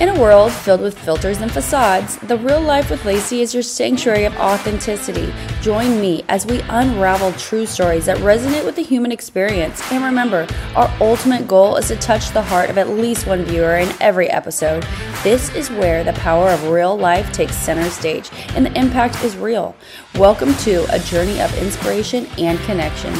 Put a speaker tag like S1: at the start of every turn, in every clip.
S1: In a world filled with filters and facades, The Real Life with Lacey is your sanctuary of authenticity. Join me as we unravel true stories that resonate with the human experience. And remember, our ultimate goal is to touch the heart of at least one viewer in every episode. This is where the power of real life takes center stage and the impact is real. Welcome to a journey of inspiration and connection.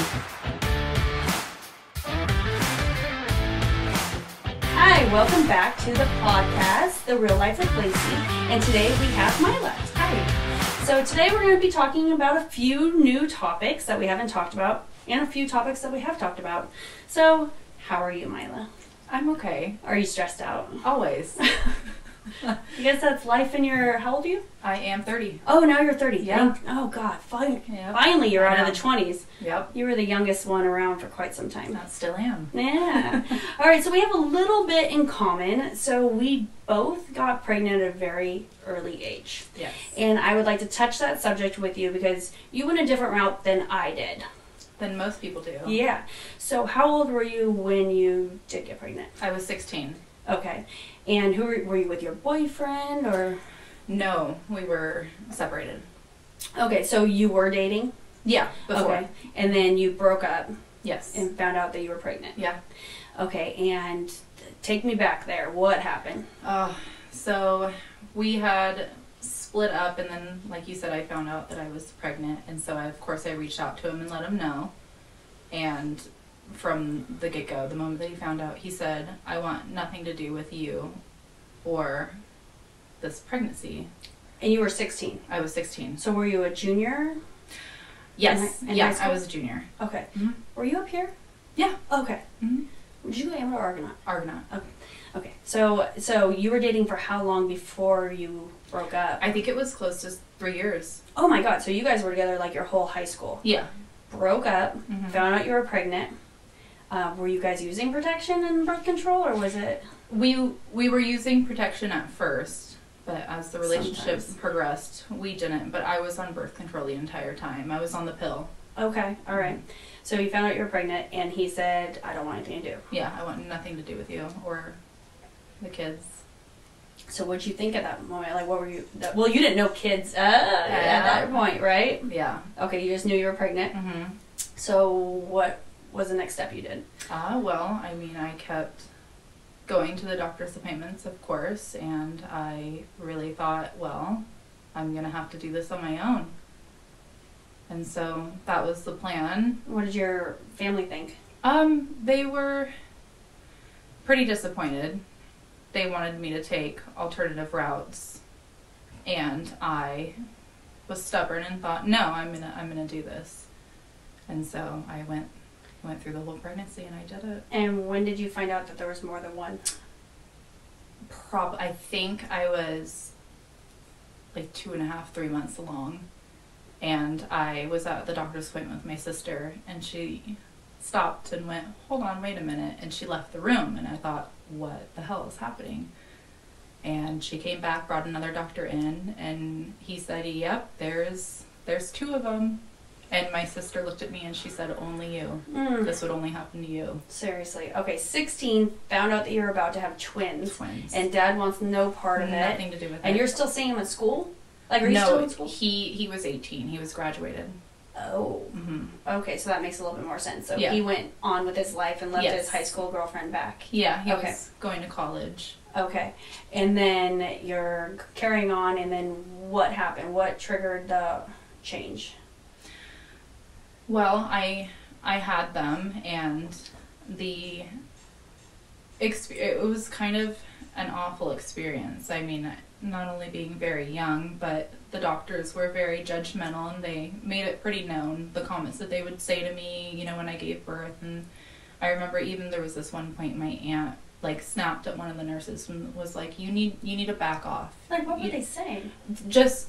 S1: Hi, welcome back to the podcast, The Real Life with Lacey. And today we have Myla. Hi. So today we're going to be talking about a few new topics that we haven't talked about and a few topics that we have talked about. So, how are you, Myla?
S2: I'm okay.
S1: Are you stressed out?
S2: Always.
S1: I guess that's life in your. How old are you?
S2: I am 30.
S1: Oh, now you're 30.
S2: Yeah.
S1: Thank- oh, God. Finally,
S2: Yep.
S1: finally you're
S2: I
S1: out of
S2: know.
S1: the 20s.
S2: Yep.
S1: You were the youngest one around for quite some time.
S2: I still am.
S1: Yeah. All right, so we have a little bit in common. So we both got pregnant at a very early age.
S2: Yes.
S1: And I would like to touch that subject with you because you went a different route than I did.
S2: Than most people do.
S1: Yeah. So how old were you when you did get pregnant?
S2: I was 16.
S1: Okay. And who were, were you with your boyfriend or
S2: No, we were separated.
S1: Okay, so you were dating?
S2: Yeah, before.
S1: Okay. And then you broke up
S2: Yes.
S1: and found out that you were pregnant.
S2: yeah.
S1: Okay, and take me back there. What happened?
S2: Uh, so we had split up, and then, like you said, I found out that I was pregnant, and so I, of course I reached out to him and let him know. And from the get go, the moment that he found out, he said, I want nothing to do with you or this pregnancy.
S1: And you were 16.
S2: I was 16.
S1: So were you a junior?
S2: Yes,
S1: In hi- in high
S2: yeah,
S1: school?
S2: I was a junior.
S1: Okay.
S2: Mhm.
S1: Were you up here?
S2: Yeah.
S1: Okay.
S2: Mhm.
S1: Did you go to Amber or Argonaut?
S2: Argonaut.
S1: Okay. So so you were dating for how long before you broke up?
S2: I think it was close to three years.
S1: oh my god, so you guys were together like your whole high school.
S2: Yeah.
S1: Broke up,
S2: Mhm.
S1: found out you were pregnant. Uh, were you guys using protection and birth control or was it
S2: We we were using protection at first, but as the relationship
S1: Sometimes.
S2: progressed, we didn't. But I was on birth control the entire time. I was on the pill.
S1: Okay, all right. So you found out you were pregnant and he said, I don't want anything to do.
S2: Yeah, I want nothing to do with you or the kids.
S1: So what'd you think at that moment? Like what were you that, well you didn't know kids uh, at that point, right?
S2: Yeah.
S1: Okay, you just knew you were pregnant.
S2: Mm-hmm.
S1: So what was the next step you did?
S2: Uh, well, I mean, I kept going to the doctor's appointments, of course, and I really thought, well, I'm gonna have to do this on my own. And so that was the plan.
S1: What did your family think?
S2: Um, they were pretty disappointed. They wanted me to take alternative routes, and I was stubborn and thought, no, I'm gonna, I'm gonna do this. And so I went, went through the whole pregnancy, and I did it.
S1: And when did you find out that there was more than one?
S2: prob I think I was like two and a half, three months along. And I was at the doctor's appointment with my sister and she stopped and went, Hold on, wait a minute and she left the room and I thought, What the hell is happening? And she came back, brought another doctor in, and he said, "Yep, there's there's two of them." And my sister looked at me and she said, "Only you.
S1: Mm,
S2: This would only happen to you."
S1: seriously. Okay, 16, found out that you're about to have twins,
S2: Twins.
S1: and dad wants no part of it.
S2: nothing to do with
S1: And
S2: it.
S1: you're still seeing him at school? Like, are you
S2: no,
S1: still in school?
S2: he he was 18. He was graduated.
S1: Oh,
S2: hmm
S1: okay, so that makes a little bit more sense. So
S2: Yeah.
S1: he went on with his life and left
S2: Yes.
S1: his high school girlfriend back.
S2: Yeah, he
S1: Okay.
S2: was going to college.
S1: Okay, and then you're carrying on, and then what happened? What triggered the change?
S2: Well, I I had them, and the exp- it was kind of an awful experience. I mean, not only being very young, but the doctors were very judgmental, and they made it pretty known the comments that they would say to me. You know, when I gave birth, and I remember even there was this one point my aunt like snapped at one of the nurses and was like, "You need you need to back off."
S1: Like, what were
S2: You-
S1: they saying?
S2: just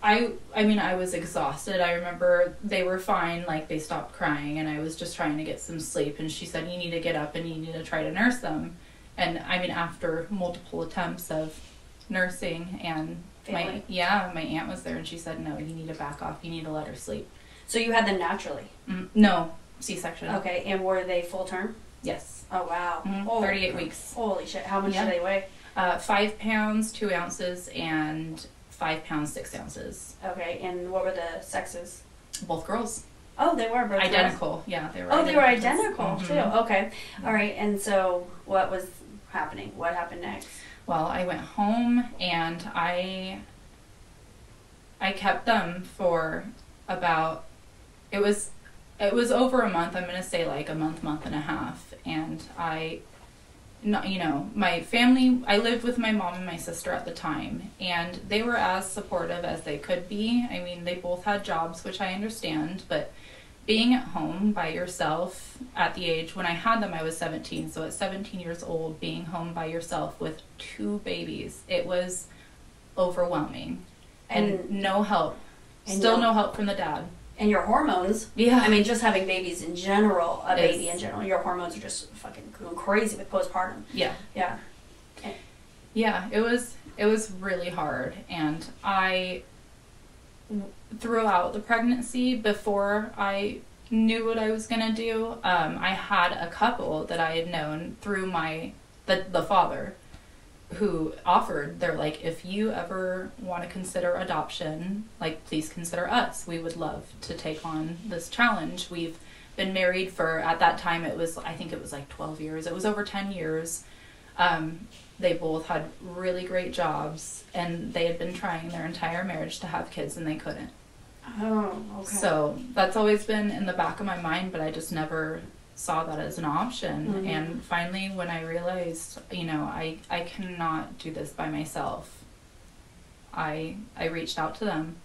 S2: I I mean I was exhausted. I remember they were fine, like they stopped crying and I was just trying to get some sleep and she said you need to get up and you need to try to nurse them. And I mean after multiple attempts of nursing and my
S1: Failing.
S2: yeah, my aunt was there and she said no, you need to back off. You need to let her sleep.
S1: So you had them naturally.
S2: Mm, no, C-section.
S1: Okay, and were they full term?
S2: Yes.
S1: Oh wow.
S2: Mhm,
S1: Holy
S2: 38
S1: crap.
S2: weeks.
S1: Holy shit. How much
S2: Yeah.
S1: do they weigh?
S2: Uh, five pounds, two ounces, and five pounds, six ounces.
S1: Okay, and what were the sexes?
S2: Both girls.
S1: Oh, they were both
S2: Identical. Yeah, they were.
S1: girls. Oh, they were identical
S2: Mhm.
S1: too. Okay, all right. And so, what was happening? What happened next?
S2: Well, I went home and I I kept them for about it was it was over a month. I'm gonna say like a month, month and a half. And I, not you know, my family. I lived with my mom and my sister at the time, and they were as supportive as they could be. I mean, they both had jobs, which I understand, but being at home by yourself at the age when I had them, I was 17. So at 17 years old, being home by yourself with two babies, it was overwhelming. And,
S1: And-
S2: no help.
S1: and
S2: Still
S1: no-
S2: no help from the dad.
S1: And your hormones.
S2: Yeah.
S1: I mean, just having babies in general, a
S2: Is-
S1: baby in general, your hormones are just fucking going crazy with postpartum.
S2: yeah.
S1: Yeah.
S2: yeah it was it was really hard and i throughout the pregnancy before i knew what i was going to do um, i had a couple that i had known through my the, the father who offered they're like if you ever want to consider adoption like please consider us we would love to take on this challenge we've been married for at that time it was i think it was like 12 years it was over 10 years um, they both had really great jobs and they had been trying their entire marriage to have kids and they couldn't
S1: Oh, okay.
S2: so that's always been in the back of my mind, but I just never saw that as an option.
S1: Mhm.
S2: And finally, when I realized, you know, I, I cannot do this by myself, I I reached out to them.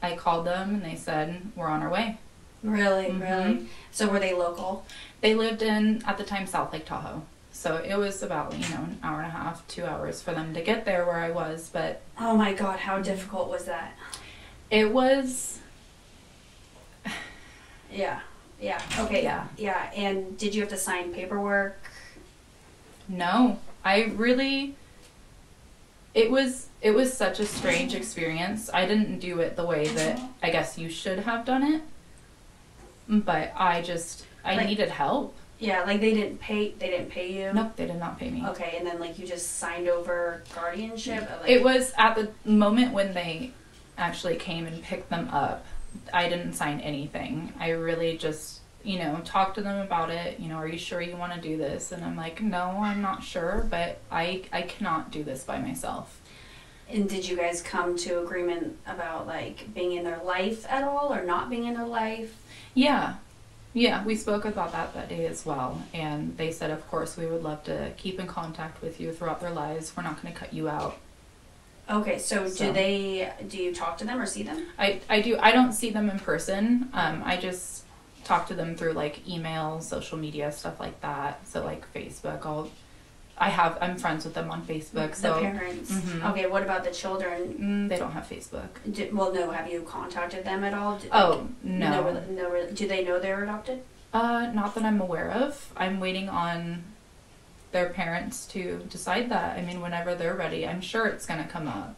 S2: I called them and they said, We're on our way.
S1: really,
S2: Mhm.
S1: really. So were they local?
S2: They lived in, at the time, South Lake Tahoe. So it was about, you know, an hour and a half, two hours for them to get there where I was, but
S1: Oh my god, how difficult was that?
S2: it was
S1: Yeah. Yeah. Okay.
S2: Yeah.
S1: Yeah. And did you have to sign paperwork?
S2: No, I really. It was it was such a strange experience. I didn't do it the way that
S1: Uh-huh.
S2: I guess you should have done it, but I just I
S1: Like-
S2: needed help.
S1: Yeah, like they didn't pay they didn't pay you.
S2: Nope, they did not pay me.
S1: Okay, and then like you just signed over guardianship. Like,
S2: It was at the moment when they actually came and picked them up. I didn't sign anything. I really just, you know, talked to them about it. You know, are you sure you want to do this? And I'm like, no, I'm not sure, but I I cannot do this by myself.
S1: and did you guys come to agreement about like being in their life at all or not being in their life?
S2: Yeah. Yeah, we spoke about that that day as well. And they said, of course, we would love to keep in contact with you throughout their lives. We're not going to cut you out.
S1: Okay, so,
S2: So-
S1: do they do you talk to them or see them?
S2: I, I do, I don't see them in person. Um, I just talk to them through like email, social media, stuff like that. So, like Facebook, I'll, I have, I'm friends with them on Facebook.
S1: the
S2: So,
S1: parents.
S2: mhm.
S1: Okay, what about the children?
S2: mm, they don't have Facebook.
S1: Did, well, no, have you contacted them at all? Did,
S2: Oh,
S1: no,
S2: no.
S1: rela- no, rela- do they know they're adopted?
S2: Uh, not that I'm aware of. I'm waiting on their parents to decide that. I mean, whenever they're ready, I'm sure it's going to come up.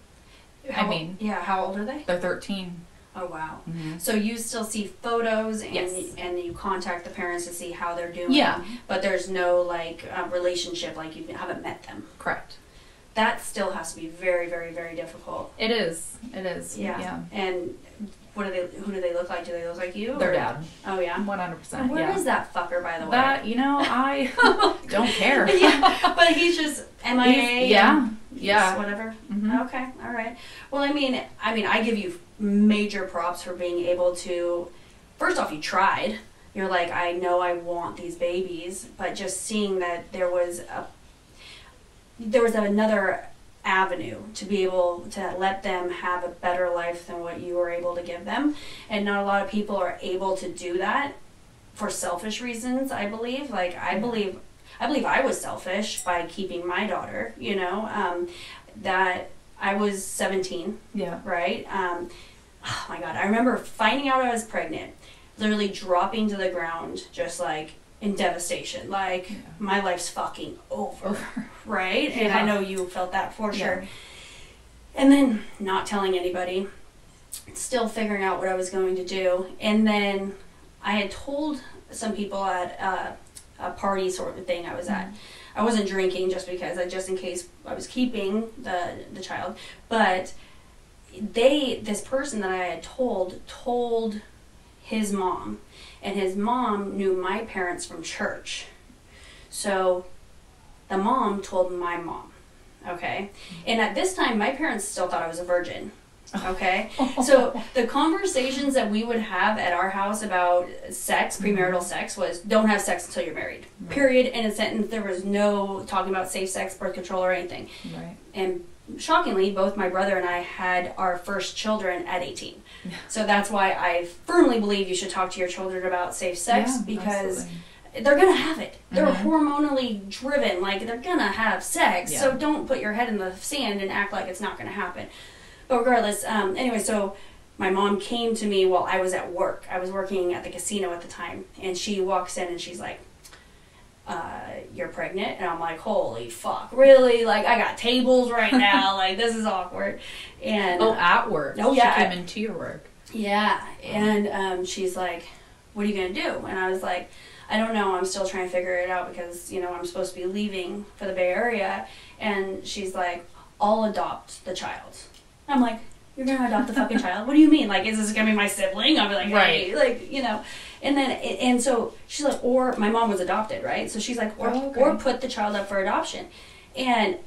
S1: How-
S2: mean-
S1: yeah, how old are they?
S2: They're 13.
S1: Oh wow. So you still see photos and
S2: Yes.
S1: and you contact the parents to see how they're doing.
S2: Yeah.
S1: But there's no like uh, relationship, like you haven't met them.
S2: Correct.
S1: That still has to be very, very, very difficult.
S2: It is. It is.
S1: Yeah.
S2: Yeah.
S1: And what do they? Who do they look like? Do they look like you?
S2: Their
S1: or-
S2: dad.
S1: Oh yeah.
S2: 100%.
S1: And where
S2: yeah.
S1: is that fucker, by the way?
S2: That, you know, I don't care.
S1: yeah, but he's just MIA. and
S2: yeah.
S1: he's
S2: Yeah.
S1: Whatever.
S2: Mhm.
S1: Okay. All right. Well, I mean, I mean, I give you major props for being able to. First off, you tried. You're like, I know I want these babies, but just seeing that there was a there was another avenue to be able to let them have a better life than what you were able to give them, and not a lot of people are able to do that for selfish reasons. I believe. Like, I believe. I believe I was selfish by keeping my daughter, you know, um, that I was 17,
S2: Yeah.
S1: right? Um, oh my God, I remember finding out I was pregnant, literally dropping to the ground, just like in devastation. Like, my life's fucking over, right? And I
S2: Yeah.
S1: know you felt that for
S2: Yeah.
S1: sure. And then not telling anybody, still figuring out what I was going to do. And then
S2: Mm-hmm.
S1: I had told some people at uh, a party sort of thing I was at I wasn't drinking just because I just in case I was keeping the the child, but they this person that I had told told his mom, and his mom knew my parents from church, so the mom told my mom. Okay, and at this time my parents still thought I was a virgin.
S2: Oh.
S1: Okay. So the conversations that we would have at our house about sex,
S2: Mm-hmm.
S1: premarital sex, was don't have sex until you're married. Period. In a sentence, there was no talking about safe sex, birth control, or anything.
S2: Right.
S1: And shockingly, both my brother and I had our first children at 18. So that's why I firmly believe you should talk to your children about safe sex
S2: Yeah,
S1: because
S2: absolutely.
S1: they're gonna have it. They're
S2: Mm-hmm.
S1: hormonally driven, like they're gonna have sex. So
S2: Yeah.
S1: don't put your head in the sand and act like it's not gonna happen. But regardless, um, anyway, so my mom came to me while I was at work. I was working at the casino at the time, and she walks in and she's like, uh, "You're pregnant," and I'm like, "Holy fuck, really? Like I got tables right now. like this is awkward." And
S2: Oh, at work.
S1: Oh,
S2: she
S1: yeah.
S2: came into your work.
S1: yeah, and um, she's like, "What are you gonna do?" And I was like, "I don't know. I'm still trying to figure it out because you know I'm supposed to be leaving for the Bay Area." And she's like, "I'll adopt the child." And I'm like, "You're gonna adopt the fucking child? What do you mean? Like, is this gonna be my sibling?" I'll be like, "Right,
S2: Right.
S1: like you know." And then and so she's like, "Or my mom was adopted, right?" So she's like, "Or
S2: Oh, okay.
S1: or put the child up for adoption," and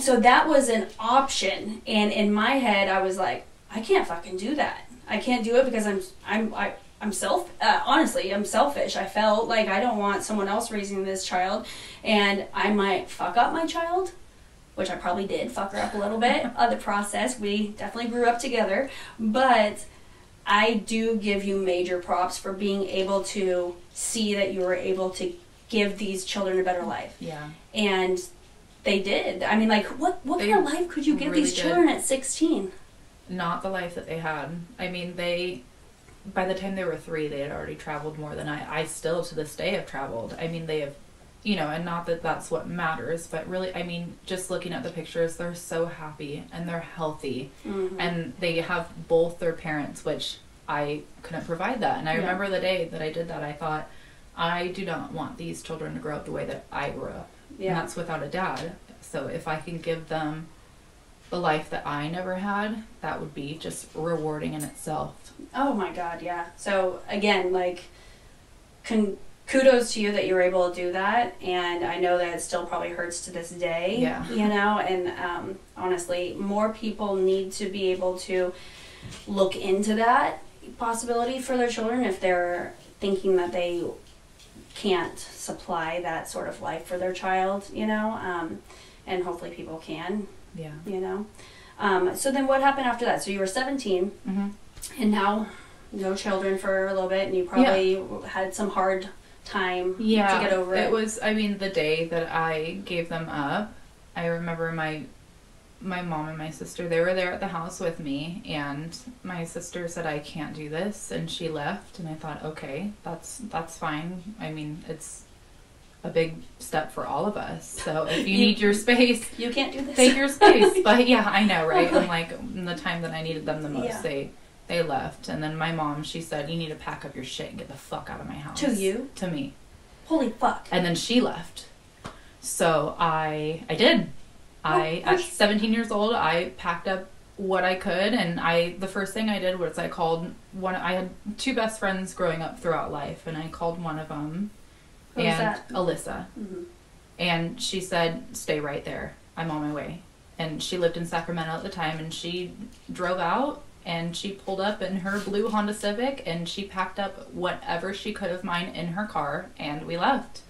S1: so that was an option and in my head i was like i can't fucking do that i can't do it because i'm i'm I, i'm self uh, honestly i'm selfish i felt like i don't want someone else raising this child and i might fuck up my child which i probably did fuck her up a little bit of the process we definitely grew up together but i do give you major props for being able to see that you were able to give these children a better life
S2: Yeah.
S1: and they did. I mean, like, what what
S2: They
S1: kind of life could you give
S2: really
S1: these
S2: did.
S1: children at sixteen?
S2: Not the life that they had. I mean, they, by the time they were three, they had already traveled more than I. I still, to this day, have traveled. I mean, they have, you know, and not that that's what matters, but really, I mean, just looking at the pictures, they're so happy and they're healthy.
S1: Mm-hmm.
S2: and they have both their parents, which I couldn't provide that. And I
S1: Yeah.
S2: remember the day that I did that, I thought, I do not want these children to grow up the way that I grew up.
S1: Yeah.
S2: And that's without a dad. So if I can give them the life that I never had, that would be just rewarding in itself.
S1: Oh my god, yeah. So again, like, con- kudos to you that you were able to do that, and I know that it still probably hurts to this day.
S2: Yeah.
S1: You know, and um, honestly, more people need to be able to look into that possibility for their children if they're thinking that they can't supply that sort of life for their child. You know, um, and hopefully people can.
S2: Yeah.
S1: You know. Um, so then, what happened after that? So you were seventeen.
S2: Mm-hmm.
S1: And now, no children for a little bit, and you probably w had some hard time
S2: yeah
S1: to get over it.
S2: it was i mean the day that i gave them up i remember my my mom and my sister they were there at the house with me and my sister said i can't do this and she left and i thought okay that's that's fine i mean it's a big step for all of us so if you
S1: You-
S2: need your space
S1: you can't do this.
S2: take your space but yeah i know right and like in the time that i needed them the most
S1: Yeah.
S2: they they left and then my mom she said you need to pack up your shit and get the fuck out of my house
S1: To you?
S2: to me
S1: Holy fuck.
S2: and then she left. So I I did. I
S1: Oh,
S2: at
S1: gosh.
S2: 17 years old, I packed up what I could and I the first thing I did was I called one I had two best friends growing up throughout life and I called one of them
S1: Who was
S2: and
S1: that?
S2: Alyssa
S1: Mhm.
S2: and she said stay right there. I'm on my way. And she lived in Sacramento at the time and she drove out and she pulled up in her blue Honda Civic and she packed up whatever she could of mine in her car and we left.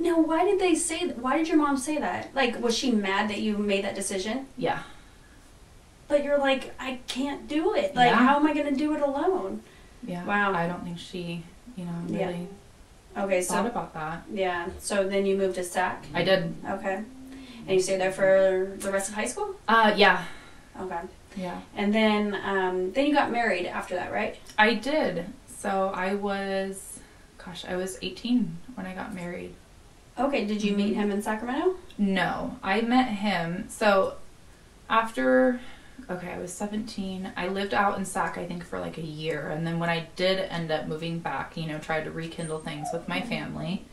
S1: Now, why did they say? Th- why did your mom say that? Like, was she mad that you made that decision?
S2: Yeah.
S1: But you're like, I can't do it. Like,
S2: Yeah.
S1: how am I going to do it alone?
S2: Yeah.
S1: Wow.
S2: I don't think she, you know,
S1: Yeah.
S2: really
S1: Okay,
S2: thought
S1: so
S2: about that.
S1: yeah. So then you moved to Sac.
S2: I did.
S1: Okay. And you stayed there for the rest of high school.
S2: Uh, yeah.
S1: Okay.
S2: Yeah.
S1: And then, um, then you got married after that, right?
S2: I did. So I was, gosh, I was 18 when I got married.
S1: Okay. Did you meet
S2: Mm-hmm.
S1: him in Sacramento?
S2: No, I met him. So after, okay, I was 17. I lived out in Sac, I think, for like a year. And then when I did end up moving back, you know, tried to rekindle things with my family,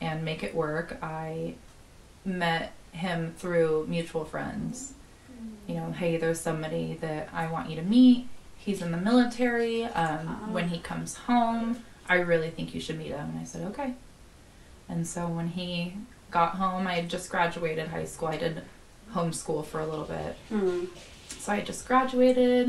S2: and make it work. I met him through mutual friends. You know, hey, there's somebody that I want you to meet. He's in the military. Um, when he comes home, I really think you should meet him. And I said, okay. And so when he got home, I had just graduated high school. I did homeschool for a little bit.
S1: Hmm.
S2: So I just graduated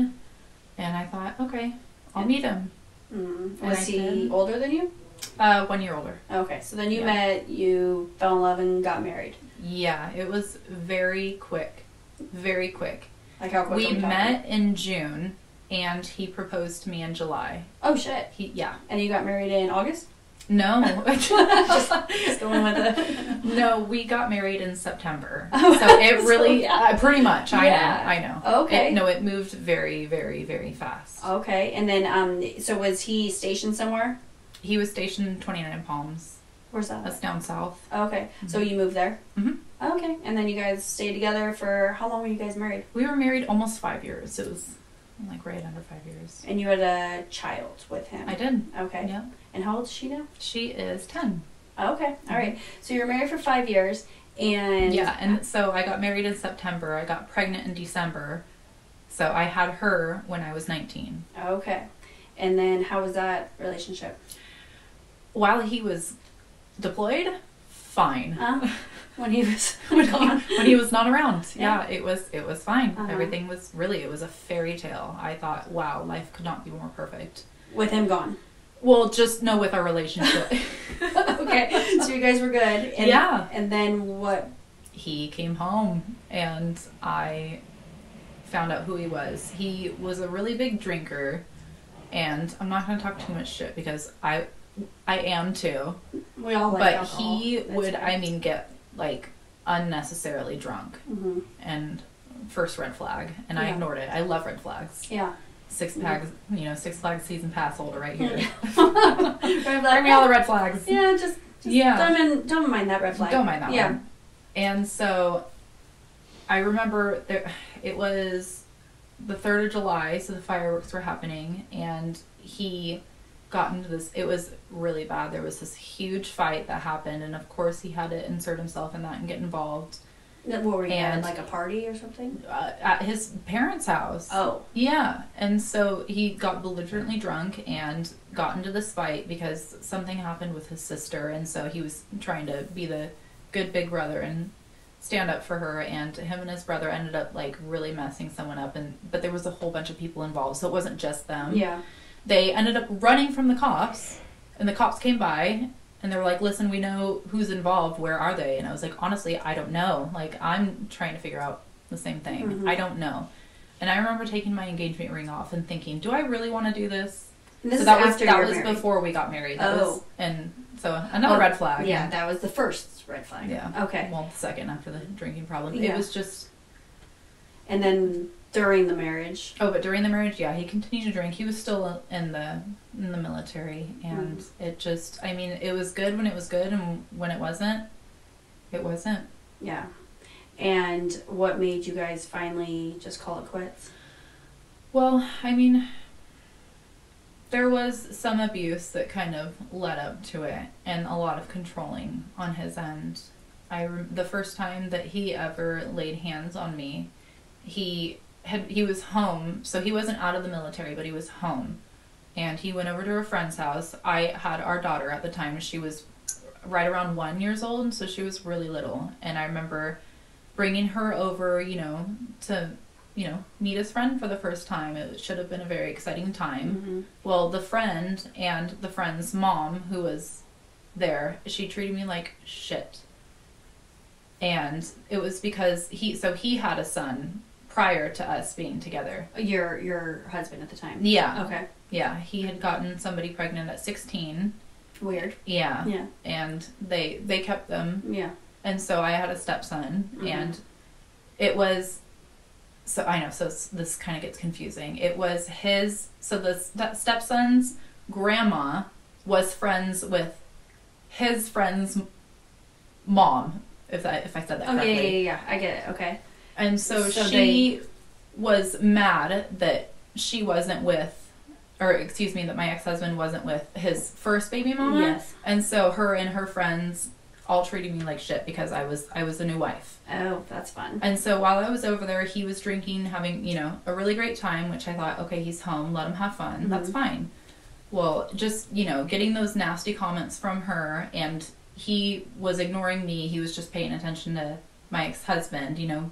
S2: and I thought, okay, I'll meet him.
S1: Mm.
S2: And I
S1: Was he
S2: did.
S1: older than you?
S2: Uh, one year older.
S1: Okay, so then you
S2: Yeah.
S1: met, you fell in love, and got married.
S2: Yeah, it was very quick. Very quick.
S1: Like how quick are
S2: We
S1: talking?
S2: met in June and he proposed to me in July.
S1: Oh shit!
S2: He yeah.
S1: And you got married in August.
S2: No.
S1: Just going with it.
S2: no, we got married in September. So it
S1: Oh, So,
S2: really
S1: yeah.
S2: uh, pretty much. I
S1: Yeah.
S2: know. I know.
S1: Okay.
S2: It- no, it moved very very very fast.
S1: Okay, and then um, so was he stationed somewhere?
S2: He was stationed in 29 Palms.
S1: Where's that?
S2: That's down south.
S1: Okay, so you moved there.
S2: Mhm.
S1: Okay, and then you guys stayed together for how long were you guys married?
S2: We were married almost 5 years. It was like right under 5 years.
S1: And you had a child with him.
S2: I did.
S1: Okay,
S2: Yeah.
S1: and how old is she now?
S2: She is 10.
S1: Okay, all
S2: Mhm.
S1: right. So you were married for five years, and
S2: Yeah, and so I got married in September. I got pregnant in December. So I had her when I was 19.
S1: okay, and then how was that relationship?
S2: While he was deployed, fine.
S1: Huh? when he was
S2: Um, When he,
S1: gone.
S2: when he was not around,
S1: Yeah.
S2: yeah, it was it was fine.
S1: Uh-huh.
S2: Everything was really it was a fairy tale. I thought, wow, life could not be more perfect.
S1: with him gone.
S2: Well, just know with our relationship,
S1: okay, so you guys were good. And,
S2: Yeah.
S1: And then what?
S2: he came home and I found out who he was. He was a really big drinker, and I'm not going to talk too much shit because I I am too.
S1: We all like
S2: but
S1: alcohol.
S2: he
S1: Oh, That's
S2: would,
S1: fine.
S2: I mean, get like unnecessarily drunk
S1: Mhm.
S2: and first red flag, and I
S1: Yeah.
S2: ignored it. I love red flags.
S1: Yeah.
S2: Six flags, you know, six flags season pass holder right here.
S1: Red
S2: Bring
S1: flag.
S2: me all the red flags.
S1: Yeah, just, just
S2: Yeah.
S1: Don't mind, don't mind that red flag.
S2: Don't mind that
S1: yeah.
S2: one. And so I remember there it was the 3rd of July, so the fireworks were happening and he got into this it was really bad. There was this huge fight that happened and of course he had to insert himself in that and get involved
S1: That- What were you at,
S2: And-
S1: like a party or something?
S2: uh, at his parents' house.
S1: Oh,
S2: Yeah, and so he got belligerently drunk and got into this fight because something happened with his sister, and so he was trying to be the good big brother and stand up for her. And him and his brother ended up like really messing someone up, and but there was a whole bunch of people involved, so it wasn't just them.
S1: Um, yeah.
S2: They ended up running from the cops, and the cops came by and they were like, "Listen, we know who's involved. Where are they?" And I was like, "Honestly, I don't know. Like, I'm trying to figure out the same thing.
S1: Mhm.
S2: I don't know." And I remember taking my engagement ring off and thinking, "Do I really want to do this?"
S1: And this
S2: so
S1: is
S2: that was
S1: after
S2: that
S1: you're
S2: was
S1: married.
S2: before we got married. That was,
S1: Oh.
S2: and so another
S1: Oh,
S2: red flag.
S1: Yeah, that was the first red flag.
S2: Yeah.
S1: Okay.
S2: Well, second after the drinking problem,
S1: Yeah.
S2: it was just.
S1: And then during the marriage.
S2: Oh, but during the marriage, yeah, he continued to drink. He was still in the in the military, and it just. I mean, it was good when it was good, and when it wasn't, it wasn't.
S1: Yeah. And what made you guys finally just call it quits?
S2: Well, I mean, there was some abuse that kind of led up to it, and a lot of controlling on his end. I rem- the first time that he ever laid hands on me, he had he was home, so he wasn't out of the military, but he was home, and he went over to a friend's house. I had our daughter at the time; she was right around one years old, so she was really little, and I remember bringing her over, you know, to you know meet his friend for the first time. It should have been a very exciting time.
S1: Mm-hmm.
S2: Well, the friend and the friend's mom, who was there, she treated me like shit. And it was because he, so he had a son prior to us being together.
S1: Your your husband at the time.
S2: Yeah.
S1: Okay.
S2: Yeah. He had gotten somebody pregnant at 16.
S1: Weird.
S2: Yeah.
S1: Yeah.
S2: And they, they kept them.
S1: Yeah.
S2: And so I had a stepson
S1: Mhm.
S2: and it was, so I know, so s- this kind of gets confusing. It was his, so the ste- stepson's grandma was friends with his friend's m- mom, if I if I said that
S1: Oh yeah,
S2: correctly.
S1: yeah, yeah, yeah. I get it. Okay.
S2: And so,
S1: So
S2: she was mad that she wasn't with or excuse me, that my ex-husband wasn't with his first baby mama.
S1: Yes.
S2: And so her and her friends all treating me like shit because I was I was the new wife.
S1: Oh, that's fun.
S2: And so while I was over there, he was drinking, having, you know, a really great time, which I thought, okay, he's home, let him have fun. That's fine. Well, just, you know, getting those nasty comments from her and he was ignoring me. He was just paying attention to my ex-husband, you know.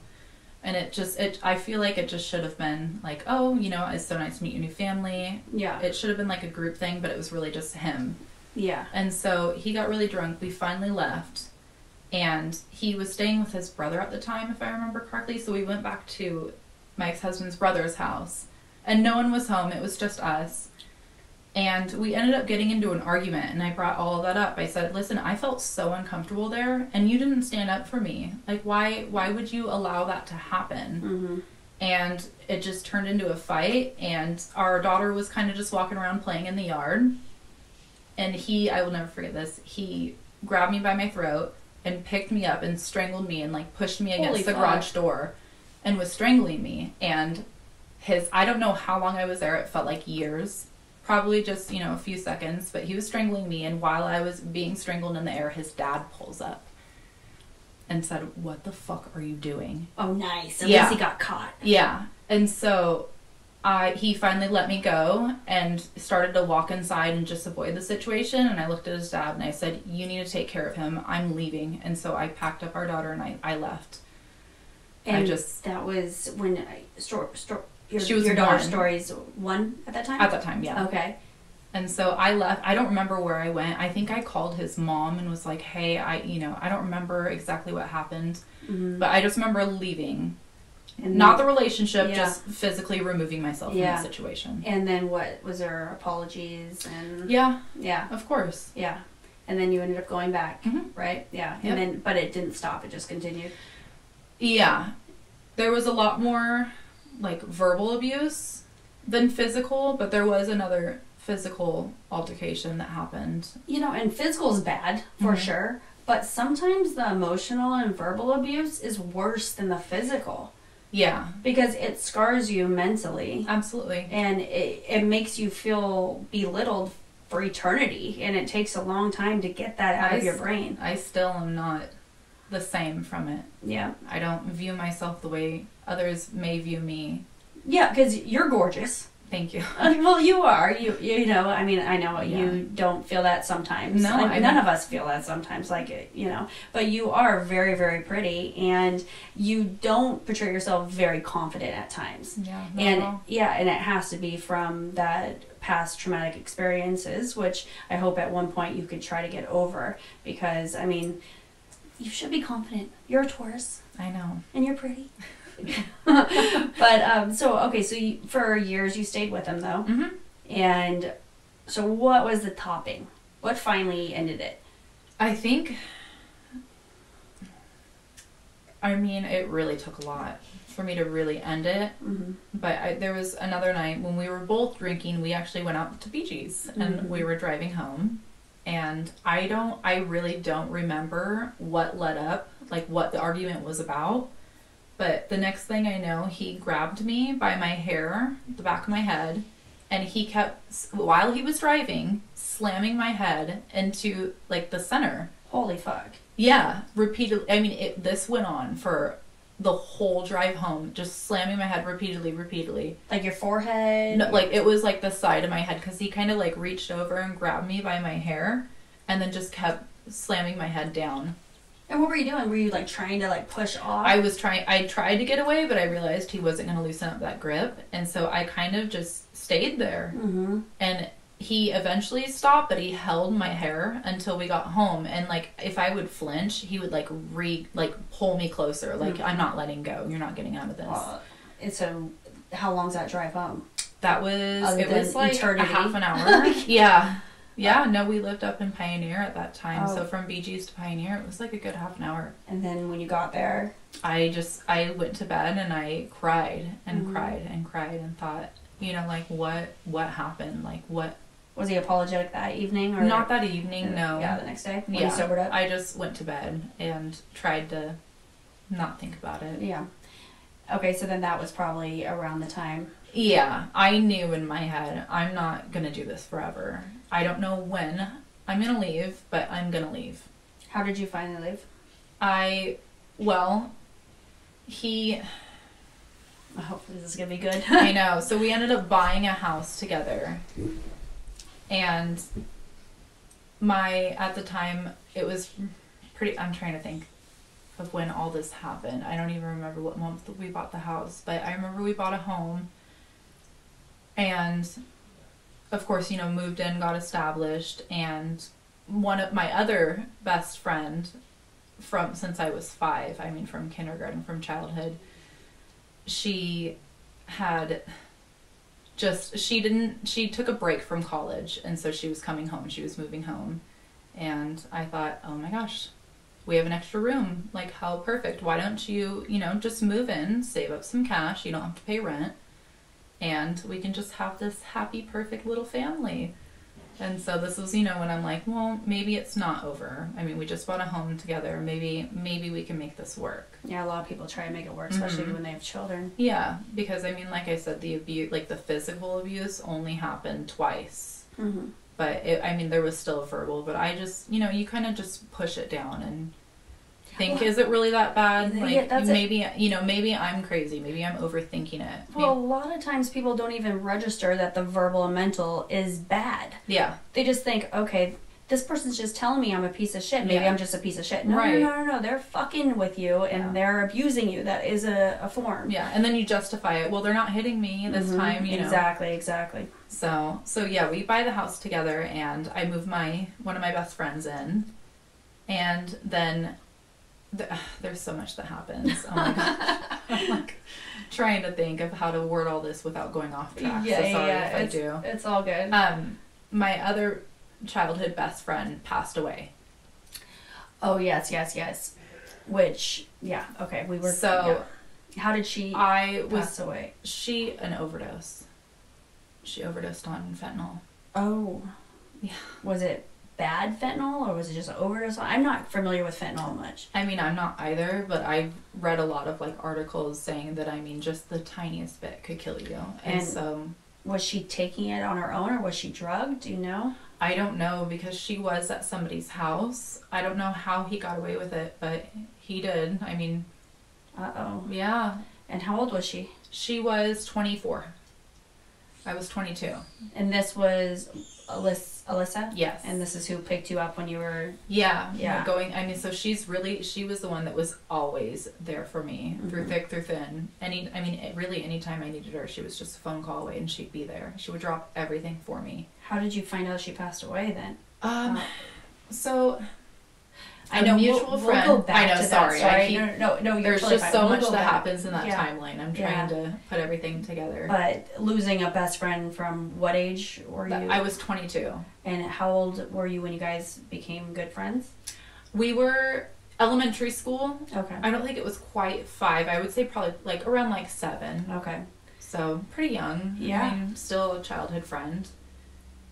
S2: And it just it I feel like it just should have been like, oh, you know, it's so nice to meet your new family.
S1: Yeah.
S2: It should have been like a group thing, but it was really just him.
S1: yeah.
S2: And so he got really drunk. We finally left. And he was staying with his brother at the time, if I remember correctly. So we went back to my ex husband's brother's house. And no one was home, it was just us. And we ended up getting into an argument. And I brought all of that up. I said, Listen, I felt so uncomfortable there. And you didn't stand up for me. Like, why, why would you allow that to happen?
S1: Mm-hmm.
S2: and it just turned into a fight and our daughter was kind of just walking around playing in the yard and he i will never forget this he grabbed me by my throat and picked me up and strangled me and like pushed me against
S1: Holy
S2: the
S1: fuck.
S2: garage door and was strangling me and his i don't know how long i was there it felt like years probably just you know a few seconds but he was strangling me and while i was being strangled in the air his dad pulls up and said what the fuck are you doing
S1: Oh, nice. At
S2: Yeah.
S1: least he got caught.
S2: yeah. And so I he finally let me go and started to walk inside and just avoid the situation and I looked at his dad and I said, You need to take care of him. I'm leaving and so I packed up our daughter and I, I left. I
S1: And
S2: just-
S1: that was when I, store, store, your,
S2: She was
S1: your daughter
S2: one.
S1: stories one at that time.
S2: At that time, yeah.
S1: Okay.
S2: And so I left. I don't remember where I went. I think I called his mom and was like, "Hey, I, you know, I don't remember exactly what happened, but I just remember leaving.
S1: Mm-hmm. And
S2: Not the
S1: then,
S2: relationship,
S1: Yeah.
S2: just physically removing myself
S1: Yeah.
S2: from the situation."
S1: And then what was there apologies and
S2: Yeah,
S1: yeah,
S2: of course.
S1: yeah. And then you ended up going back,
S2: Mhm.
S1: right? Yeah.
S2: Yep.
S1: And then, but it didn't stop. It just continued.
S2: Yeah. There was a lot more like verbal abuse than physical, but there was another physical altercation that happened.
S1: You know, and physical is bad for sure, but sometimes the emotional and verbal abuse is worse than the physical
S2: Yeah,
S1: because it scars you mentally.
S2: absolutely.
S1: and it, it makes you feel belittled for eternity and it takes a long time to get that out of
S2: I
S1: your
S2: s-
S1: brain
S2: I still am not the same from it.
S1: yeah
S2: I don't view myself the way others may view me.
S1: yeah because you're gorgeous
S2: Thank you.
S1: well you are you you know i mean i know
S2: Yeah.
S1: you don't feel that sometimes
S2: No,
S1: Like,
S2: I
S1: none
S2: don't.
S1: of us feel that sometimes like it you know but you are very very pretty and you don't portray yourself very confident at times
S2: Yeah. not at
S1: and
S2: all.
S1: yeah and it has to be from that past traumatic experiences which i hope at one point you could try to get over because i mean you should be confident you're a taurus
S2: I know.
S1: and you're pretty but um so okay so you, for years you stayed with him though
S2: Mhm.
S1: and so what was the topping what finally ended it
S2: I think I mean, it really took a lot for me to really end it.
S1: mm-hmm.
S2: But I, there was another night when we were both drinking. We actually went out to Bee Gees and
S1: Mhm.
S2: we were driving home. And I don't, I really don't remember what led up, like what the argument was about. But the next thing I know, he grabbed me by my hair, the back of my head, and he kept, while he was driving, slamming my head into like the center.
S1: holy fuck
S2: Yeah, repeatedly. I mean, it, this went on for the whole drive home, just slamming my head repeatedly, repeatedly.
S1: like your forehead
S2: No, like it was like the side of my head because he kind of like reached over and grabbed me by my hair, and then just kept slamming my head down.
S1: and what were you doing were you like trying to like push off
S2: I was trying. I tried to get away, but I realized he wasn't going to loosen up that grip, and so I kind of just stayed there.
S1: mm-hmm.
S2: And he eventually stopped, but he held my hair until we got home. And like, if I would flinch, he would like re like pull me closer. Like, I'm not letting go. You're not getting out of this.
S1: Uh, and so, how long's that drive home?
S2: That was
S1: Other
S2: it
S1: than
S2: was like
S1: eternity.
S2: a half an hour. yeah. Yeah, no, we lived up in Pioneer at that time.
S1: Oh.
S2: So from BG's to Pioneer, it was like a good half an hour.
S1: And then when you got there,
S2: I just I went to bed and I cried and
S1: Mhm.
S2: cried and cried and thought, you know, like what what happened? Like what
S1: was he apologetic that evening or
S2: not that
S1: the-
S2: evening, no.
S1: Yeah, the next day when
S2: Yeah.
S1: you sobered up.
S2: I just went to bed and tried to not think about it.
S1: yeah. Okay, so then that was probably around the time.
S2: Yeah, I knew in my head, I'm not gonna do this forever. I don't know when I'm gonna leave, but I'm gonna leave.
S1: How did you finally leave?
S2: I, well, he,
S1: I hope this is gonna be good.
S2: I know. So we ended up buying a house together. And my, at the time, it was pretty, I'm trying to think of when all this happened. I don't even remember what month that we bought the house, but I remember we bought a home. And of course, you know, moved in, got established, and one of my other best friend from since I was 5, I mean from kindergarten, from childhood, she had just she didn't she took a break from college and so she was coming home she was moving home and i thought oh my gosh we have an extra room like how perfect why don't you you know just move in save up some cash you don't have to pay rent and we can just have this happy perfect little family and so this was you know when i'm like well maybe it's not over i mean we just bought a home together maybe maybe we can make this work
S1: yeah, a lot of people try and make it work, especially
S2: Mm-hmm.
S1: when they have children.
S2: yeah, because I mean, like I said, the abuse, like the physical abuse, only happened twice.
S1: Mm-hmm.
S2: But it, I mean, there was still verbal. But I just, you know, you kind of just push it down and think,
S1: Well-
S2: is it really that bad?
S1: Yeah,
S2: Like
S1: that's it.
S2: maybe, you know, maybe I'm crazy. Maybe I'm overthinking it.
S1: Well, a lot of times people don't even register that the verbal and mental is bad.
S2: yeah,
S1: They just think, okay, this person's just telling me I'm a piece of shit. Maybe
S2: Yeah.
S1: I'm just a piece of shit. No,
S2: Right.
S1: no, no, no, no. They're fucking with you and
S2: Yeah.
S1: they're abusing you. That is a, a form.
S2: yeah. And then you justify it. Well, they're not hitting me this
S1: Mm-hmm,
S2: time. You know,
S1: Exactly, exactly.
S2: So, so yeah, we buy the house together, and I move my one of my best friends in, and then th- ugh, there's so much that happens. Oh my gosh, I'm like trying to think of how to word all this without going off track. so sorry if I
S1: it's,
S2: do.
S1: It's all good.
S2: Um, my other childhood best friend passed away,
S1: oh, yes, yes, yes. Which, yeah, okay, we were.
S2: so
S1: yeah. how did she
S2: I
S1: pass
S2: was
S1: away?
S2: she an overdose. She overdosed on fentanyl.
S1: Oh.
S2: Yeah.
S1: Was it bad fentanyl or was it just an overdose? I'm not familiar with fentanyl much.
S2: I mean, I'm not either, but I've read a lot of like articles saying that I mean, just the tiniest bit could kill you. And,
S1: And-
S2: so
S1: Was she taking it on her own or was she drugged? Do you know?
S2: I don't know because she was at somebody's house. I don't know how he got away with it, but he did. I mean,
S1: Uh oh.
S2: yeah.
S1: And how old was she?
S2: She was 24. I was 22.
S1: And this was Alyssa. Alyssa?
S2: Yes.
S1: And this is who picked you up when you were.
S2: Yeah,
S1: Yeah.
S2: yeah. Going, I mean, so she's really she was the one that was always there for me
S1: Mm-hmm.
S2: through thick through thin. Any, I mean, it, really, anytime I needed her, she was just a phone call away, and she'd be there. She would drop everything for me.
S1: How did you find out she passed away then?
S2: Um, so
S1: I
S2: A
S1: know
S2: mutual
S1: we'll,
S2: friend.
S1: We'll go back
S2: I know,
S1: to
S2: sorry,
S1: That
S2: I
S1: story.
S2: keep-
S1: no, no, no, no, you're
S2: there's
S1: totally
S2: just
S1: fine.
S2: so
S1: We'll
S2: much
S1: go
S2: that
S1: back.
S2: happens in that
S1: Yeah.
S2: timeline. I'm
S1: Yeah.
S2: trying to put everything together.
S1: But losing a best friend from what age were you?
S2: But I was 22.
S1: and how old were you when you guys became good friends?
S2: We were elementary school.
S1: Okay.
S2: I don't think it was quite five. I would say probably like around like seven.
S1: Okay.
S2: So pretty young.
S1: Yeah.
S2: I mean, still a childhood friend.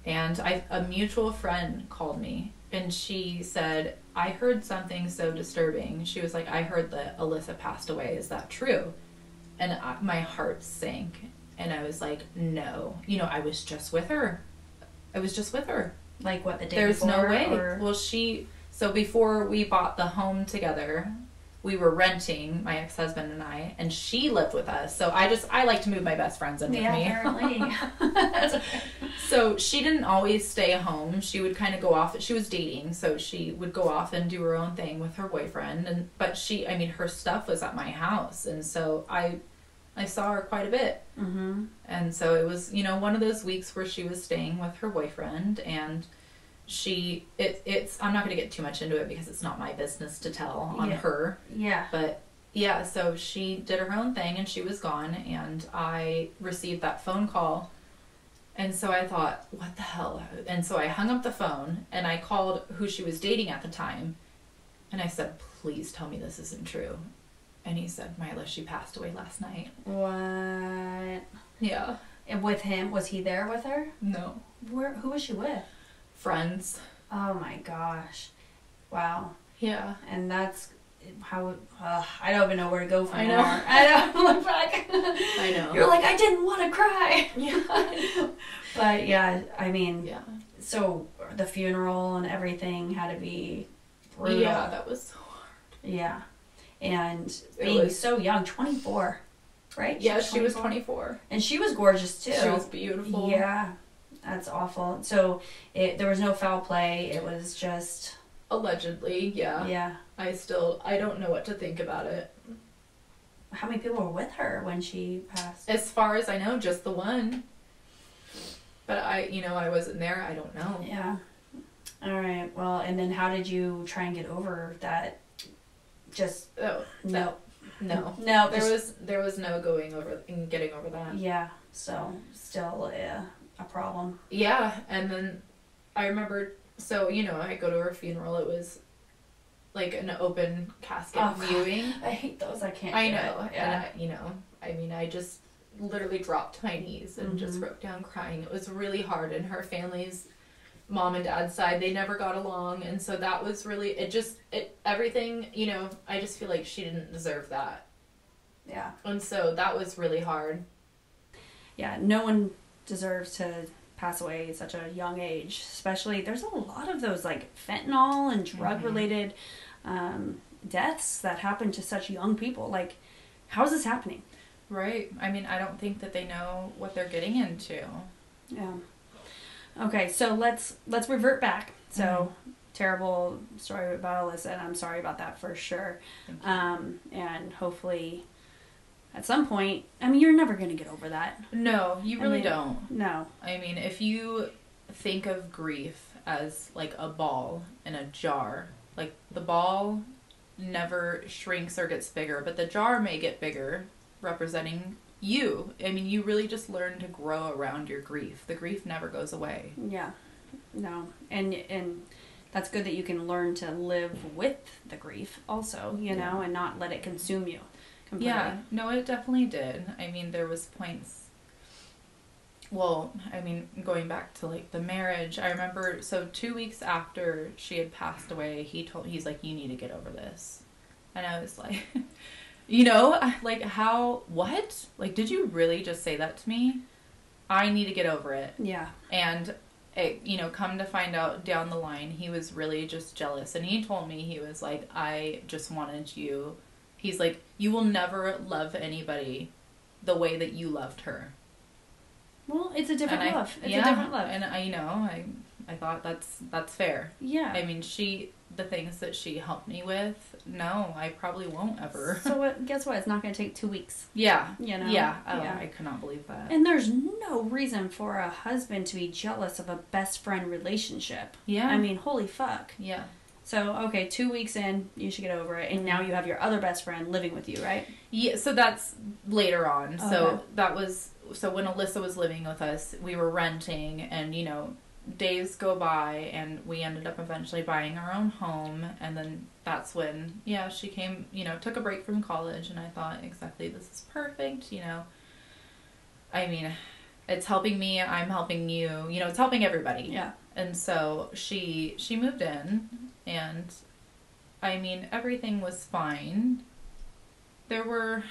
S2: And I, a mutual friend called me and she said, I heard something so disturbing. She was like, I heard that Alyssa passed away. Is that true? And I, my heart sank. And I was like, no. You know, I was just with her. I was just with her.
S1: Like what the day
S2: There's
S1: before?
S2: no way.
S1: or-
S2: Well, she. So before we bought the home together, we were renting my ex husband and I, and she lived with us. So I just I like to move my best friends in with
S1: yeah,
S2: me.
S1: apparently.
S2: So she didn't always stay home. She would kind of go off. She was dating, so she would go off and do her own thing with her boyfriend. And but she, I mean, her stuff was at my house, and so I, I saw her quite a bit.
S1: mm-hmm.
S2: And so it was, you know, one of those weeks where she was staying with her boyfriend and she it it's I'm not going to get too much into it because it's not my business to tell on
S1: Yeah.
S2: her,
S1: Yeah.
S2: but yeah, so she did her own thing and she was gone and I received that phone call. And so I thought, what the hell? And so I hung up the phone and I called who she was dating at the time and I said, "Please tell me this isn't true." And he said, "Myla, she passed away last night."
S1: What?
S2: Yeah.
S1: And with him, was he there with her?
S2: No.
S1: Where? Who was she with?
S2: friends.
S1: Oh my gosh! Wow.
S2: Yeah.
S1: And that's how. Uh, I don't even know where to go from
S2: I know.
S1: there. I don't look back.
S2: I know.
S1: You're like, I didn't want to cry.
S2: yeah.
S1: But yeah, I mean,
S2: yeah.
S1: so the funeral and everything had to be brutal.
S2: Yeah, that was so hard.
S1: Yeah. And
S2: It
S1: being
S2: was-
S1: so young, 24, right?
S2: Yeah, she was 24.
S1: And she was gorgeous too.
S2: She was beautiful.
S1: Yeah. That's awful. So it, there was no foul play. It was just,
S2: Allegedly, yeah.
S1: yeah.
S2: I still, I don't know what to think about it.
S1: How many people were with her when she passed?
S2: As far as I know, just the one. But I, you know, I wasn't there. I don't know.
S1: Yeah. All right. Well, and then how did you try and get over that? Just
S2: Oh,
S1: no,
S2: no.
S1: no.
S2: There
S1: just-
S2: was there was no going over and getting over that.
S1: yeah. So still uh, a problem.
S2: Yeah, and then I remember. So you know, I go to her funeral. It was like an open casket
S1: Oh, God.
S2: viewing.
S1: I hate those. I can't.
S2: I
S1: do
S2: know,
S1: it. Yeah.
S2: and I, you know, I mean, I just literally dropped to my knees and just broke down crying. It was really hard, and her family's mom and dad's side they never got along, and so that was really it. Just it everything, you know. I just feel like she didn't deserve that,
S1: yeah.
S2: and so that was really hard.
S1: yeah, no one deserves to pass away at such a young age. Especially, there's a lot of those like fentanyl and
S2: Mm-hmm.
S1: drug related um, deaths that happen to such young people. Like, how is this happening?
S2: Right. I mean, I don't think that they know what they're getting into.
S1: Yeah. Okay, so let's let's revert back. So
S2: Mm-hmm.
S1: terrible story about Alyssa, and I'm sorry about that for sure.
S2: Thank you.
S1: Um, and hopefully, at some point, I mean, you're never gonna get over that.
S2: No, you
S1: I
S2: really
S1: mean-
S2: don't.
S1: No.
S2: I mean, if you think of grief as like a ball in a jar, like the ball never shrinks or gets bigger, but the jar may get bigger, representing you. I mean, you really just learn to grow around your grief. The grief never goes away.
S1: Yeah. No. And and that's good that you can learn to live with the grief also, you know, and not let it consume you completely.
S2: Yeah, no, it definitely did. I mean, there was points. Well, I mean, going back to like the marriage, I remember. So two weeks after she had passed away, he told he's like, "You need to get over this," and I was like, "You know, like how? What? Like, did you really just say that to me? I need to get over it."
S1: Yeah.
S2: and it, you know come to find out down the line he was really just jealous and he told me he was like i just wanted you he's like you will never love anybody the way that you loved her
S1: Well, it's a different
S2: And I-
S1: love. It's
S2: yeah,
S1: a different love.
S2: and i you know i i thought that's that's fair
S1: yeah.
S2: i mean she the things that she helped me with no i probably won't ever
S1: so what guess what? It's not gonna take two weeks.
S2: yeah
S1: You know?
S2: yeah oh
S1: Yeah.
S2: i could not believe that
S1: And there's no reason for a husband to be jealous of a best friend relationship.
S2: yeah
S1: I mean, holy fuck.
S2: yeah
S1: So, okay, two weeks in, you should get over it. And
S2: Mm-hmm.
S1: now you have your other best friend living with you, right?
S2: Yeah, so that's later on. So
S1: Okay.
S2: that was so when Alyssa was living with us, we were renting, and you know, days go by, and we ended up eventually buying our own home, and then that's when yeah, she came, you know, took a break from college, and I thought exactly this is perfect, you know. I mean, it's helping me. I'm helping you. You know, it's helping everybody
S1: Yeah.
S2: and so she she moved in and i mean everything was fine there were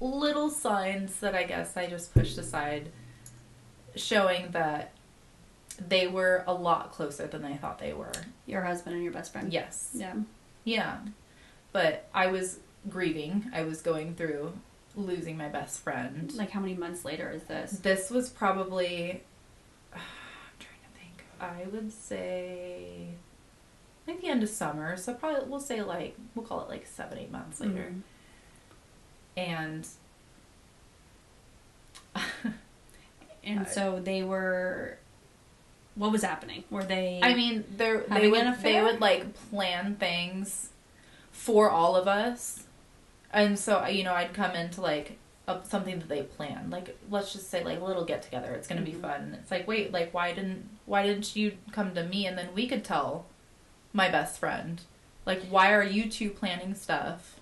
S2: little signs that i guess i just pushed aside showing that they were a lot closer than i thought they were
S1: Your husband and your best friend.
S2: yes
S1: Yeah.
S2: yeah. but i was grieving i was going through losing my best friend
S1: Like, how many months later is this?
S2: This was probably. I'm trying to think. I would say. Like the end of summer, so probably we'll say like we'll call it like seven eight months later,
S1: Mhm.
S2: and
S1: And so they were. What was happening? Were they?
S2: I mean they they
S1: Having
S2: would
S1: an
S2: they
S1: affair?
S2: would like plan things for all of us, and so you know I'd come into like a, something that they planned, like let's just say like a little get together. It's gonna be
S1: Mhm.
S2: fun. It's like wait, like why didn't why didn't you come to me and then we could tell my best friend, like why are you two planning stuff?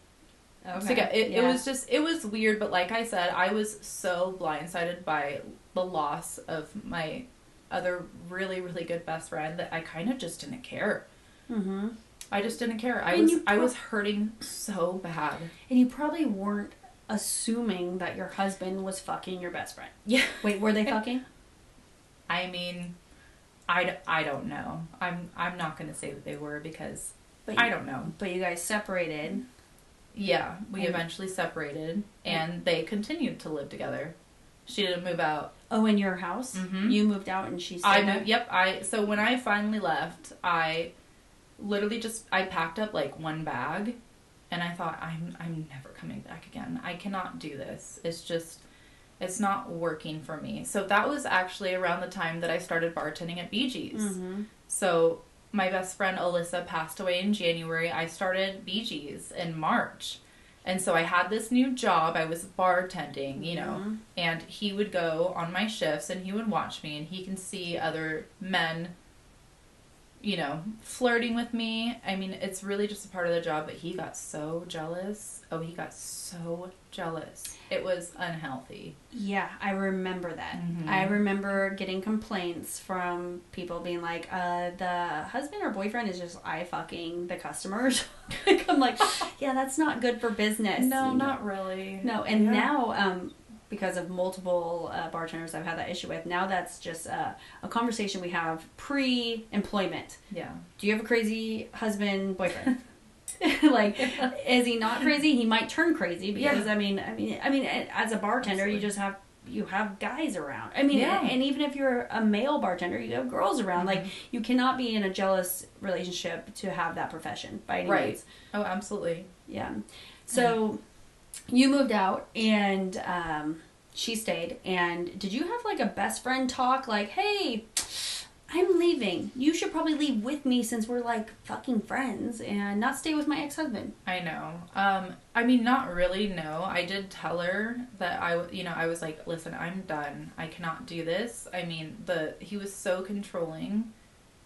S1: Okay.
S2: So, yeah, it, it
S1: Yeah.
S2: was just it was weird, but like I said, I was so blindsided by the loss of my other really really good best friend that I kind of just didn't care.
S1: Mhm.
S2: I just didn't care. I
S1: And
S2: was
S1: you
S2: I
S1: prob-
S2: was hurting so bad.
S1: And you probably weren't assuming that your husband was fucking your best friend.
S2: Yeah.
S1: Wait, were they fucking?
S2: I mean, I, d- I don't know. I'm I'm not gonna say that they were because
S1: But
S2: I
S1: you-
S2: don't know.
S1: But you guys separated.
S2: Yeah, we
S1: And-
S2: eventually separated, and they continued to live together. She didn't move out.
S1: Oh, in your house?
S2: Mhm.
S1: You moved out and she
S2: I
S1: stayed there?
S2: moved. Yep. I so when I finally left, I literally just I packed up like one bag, and I thought I'm I'm never coming back again. I cannot do this. It's just it's not working for me. So that was actually around the time that I started bartending at Bee Gees.
S1: Mhm.
S2: So my best friend Alyssa passed away in January. I started Bee Gees in March. And so I had this new job. I was bartending, you know,
S1: Mm-hmm.
S2: and he would go on my shifts and he would watch me and he can see other men, you know, flirting with me. I mean, it's really just a part of the job, but he got so jealous. Oh, he got so jealous. It was unhealthy.
S1: Yeah, I remember that.
S2: Mhm.
S1: I remember getting complaints from people being like, uh, the husband or boyfriend is just eye fucking the customers. Like, I'm like, yeah, that's not good for business.
S2: No, not really.
S1: No, and
S2: Yeah.
S1: now um, because of multiple uh, bartenders I've had that issue with, now that's just uh, a conversation we have pre employment.
S2: Yeah.
S1: Do you have a crazy husband, boyfriend? like, is he not crazy? He might turn crazy because
S2: Yeah.
S1: I mean, I mean, I mean, as a bartender,
S2: Absolutely.
S1: you just have you have guys around. I mean,
S2: Yeah.
S1: and even if you're a male bartender, you have girls around. Like,
S2: Mm-hmm.
S1: you cannot be in a jealous relationship to have that profession by any
S2: Right.
S1: means.
S2: Oh, absolutely.
S1: Yeah. So you moved out and um, she stayed. And did you have like a best friend talk like, hey, I'm leaving. You should probably leave with me since we're like fucking friends and not stay with my ex husband?
S2: I know. Um, I mean, not really. No, I did tell her that I, w- you know, I was like, listen, I'm done. I cannot do this. I mean, the he was so controlling,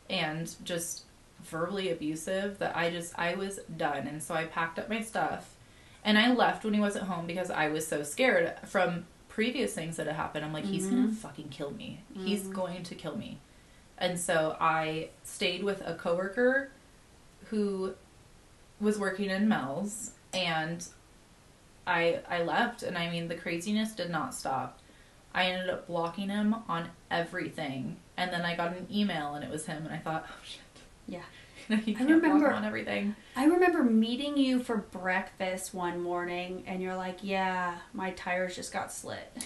S2: and just verbally abusive that I just I was done. And so I packed up my stuff, and I left when he wasn't home because I was so scared from previous things that had happened. I'm like, he's
S1: Mm-hmm.
S2: gonna fucking kill me. He's going to kill me. And so I stayed with a coworker who was working in Mel's and I I left and I mean the craziness did not stop. I ended up blocking him on everything and then I got an email and it was him and I thought, oh shit.
S1: Yeah.
S2: You know, you
S1: I
S2: can't block
S1: remember-
S2: him on everything.
S1: I remember meeting you for breakfast one morning and you're like, yeah, my tires just got slit.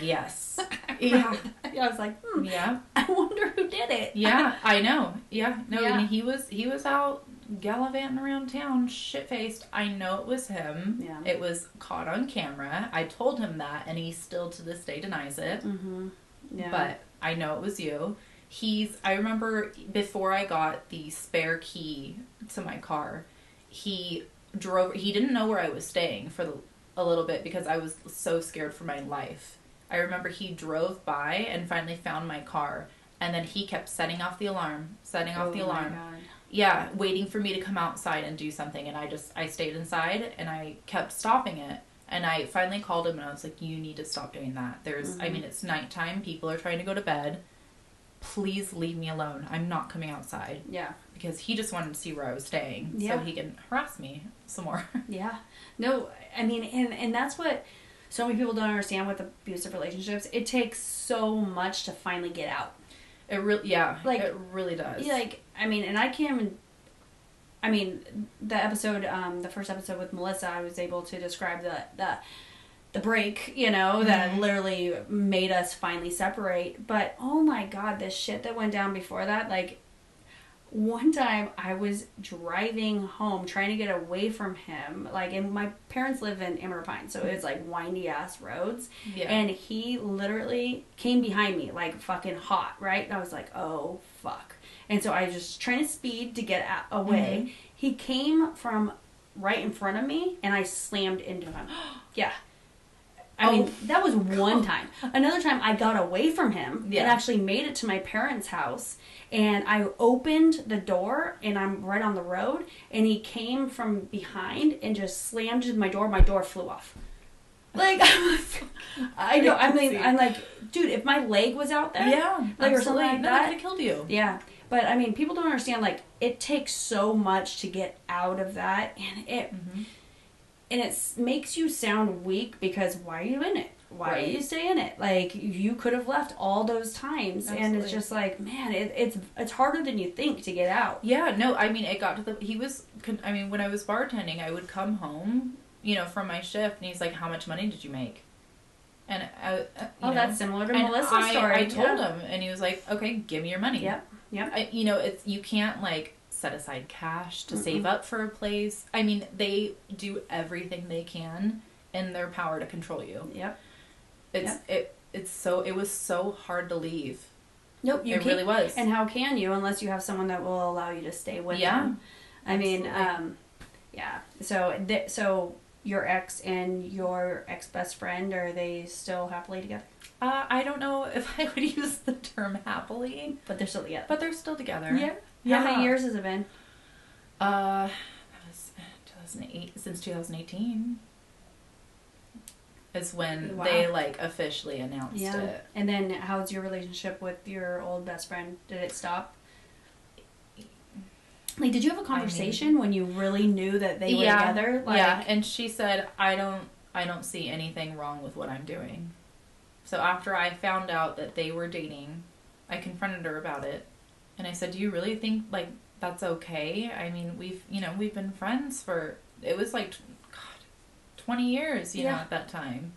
S2: Yes. yeah.
S1: I was like, hmm,
S2: Yeah.
S1: I wonder who did it.
S2: Yeah, I know. Yeah, no,
S1: Yeah.
S2: and he was he was out gallivanting around town, shit faced. I know it was him.
S1: Yeah.
S2: it was caught on camera. I told him that, and he still to this day denies it.
S1: Mm-hmm. Yeah.
S2: But I know it was you. He's. I remember before I got the spare key to my car, he drove. He didn't know where I was staying for the, a little bit because I was so scared for my life. I remember he drove by and finally found my car, and then he kept setting off the alarm, setting off the
S1: Oh my
S2: alarm.
S1: God.
S2: Yeah, waiting for me to come outside and do something, and I just I stayed inside and I kept stopping it. And I finally called him and I was like, "You need to stop doing that. There's, I
S1: Mm-hmm.
S2: mean, it's nighttime. People are trying to go to bed. Please leave me alone. I'm not coming outside."
S1: Yeah.
S2: Because he just wanted to see where I was staying, so
S1: Yeah.
S2: he can harass me some more.
S1: Yeah. No, I mean, and and that's what so many people don't understand with abusive relationships. It takes so much to finally get out.
S2: it really, yeah,
S1: Like-
S2: it really does.
S1: Yeah, Like, I mean, and I can't even. I mean, the episode, um, the first episode with Melissa, I was able to describe the the the break, you know, that literally made us finally separate. But oh my god, the shit that went down before that, like. One time I was driving home trying to get away from him. Like, and my parents live in Amarillo Pines, so it's like windy ass roads.
S2: Yeah.
S1: And he literally came behind me like fucking hot, right? And I was like, oh fuck. And so I was just trying to speed to get a- away. He came from right in front of me and I slammed into him. yeah. I mean,
S2: Oh.
S1: that was one time. Another time I got away from him
S2: Yeah.
S1: and actually made it to my parents' house and I opened the door and I'm right on the road and he came from behind and just slammed into my door. My door flew off. Like I know. I mean, I'm like, dude, if my leg was out there,
S2: yeah,
S1: like
S2: absolutely.
S1: or something like
S2: No, that could
S1: that,
S2: have killed you.
S1: yeah. But I mean, people don't understand. Like, it takes so much to get out of Mm-hmm. that, and it and it makes you sound weak because why are you in it? why
S2: Right.
S1: did you stay in it? Like you could have left all those times, and
S2: Absolutely.
S1: it's just like man, it, it's it's harder than you think to get out.
S2: Yeah, no, I mean, it got to the. He was. con- I mean, when I was bartending, I would come home, you know, from my shift, and he's like, "How much money did you make?" And I, uh, you
S1: Oh,
S2: know,
S1: that's similar to
S2: and
S1: Melissa's
S2: I,
S1: story.
S2: I told
S1: yeah.
S2: him, and he was like, "Okay, give me your money."
S1: Yep. Yep.
S2: I, you know, it's you can't like set aside cash to save up for a place. I mean, they do everything they can in their power to control you.
S1: Yep.
S2: It's it. It's so. It was so hard to leave.
S1: Nope. You
S2: It
S1: can't-
S2: really was.
S1: And how can you unless you have someone that will allow you to stay with
S2: Yeah.
S1: them? I mean,
S2: Absolutely.
S1: um, yeah. So th- so your ex and your ex best friend are they still happily together?
S2: Uh, I don't know if I would use the term happily,
S1: But they're still together.
S2: but they're still together.
S1: yeah. How many years has it been?
S2: Uh, that was 2008. Since 2018 is when
S1: Wow.
S2: they like officially announced it.
S1: And then how's your relationship with your old best friend? Did it stop? Like, did you have a conversation when you really knew that they were together? Like,
S2: yeah, and she said, "I don't, I don't see anything wrong with what I'm doing." So after I found out that they were dating, I confronted her about it, and I said, "Do you really think like that's okay? I mean, we've, you know, we've been friends for it was like, God, twenty years, you know,
S1: Yeah.
S2: at that time."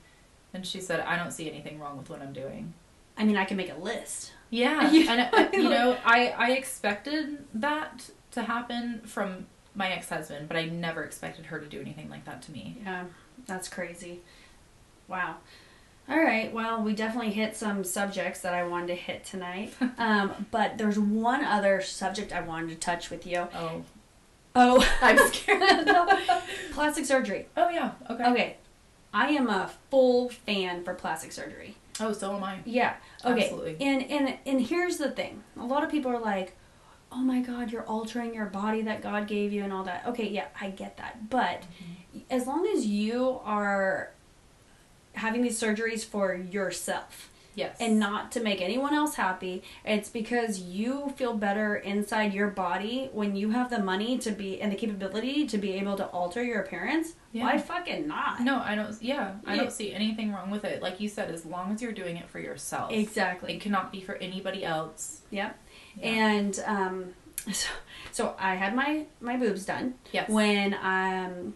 S2: And she said, "I don't see anything wrong with what I'm doing."
S1: I mean, I can make a list.
S2: Yeah,
S1: You
S2: and
S1: know,
S2: uh, you know, I I expected that to happen from my ex-husband, but I never expected her to do anything like that to me.
S1: Yeah, that's crazy. Wow. All right, well, we definitely hit some subjects that I wanted to hit tonight. Um, but there's one other subject I wanted to touch with you.
S2: Oh,
S1: Oh,
S2: I'm scared.
S1: plastic surgery.
S2: oh yeah. Okay.
S1: Okay, I am a full fan for plastic surgery.
S2: Oh, so am I.
S1: Yeah. Okay.
S2: Absolutely.
S1: And and and here's the thing. A lot of people are like, "Oh my god, you're altering your body that God gave you and all that." Okay, yeah, I get that. But
S2: Mm-hmm.
S1: as long as you are having these surgeries for yourself
S2: Yes.
S1: and not to make anyone else happy, it's because you feel better inside your body when you have the money to be and the capability to be able to alter your appearance.
S2: Yeah.
S1: Why fucking not?
S2: No, I don't. Yeah, I
S1: Yeah.
S2: don't see anything wrong with it. Like you said, as long as you're doing it for yourself,
S1: Exactly.
S2: it cannot be for anybody else.
S1: Yep.
S2: Yeah.
S1: And um, so, so I had my my boobs done.
S2: Yes.
S1: When um,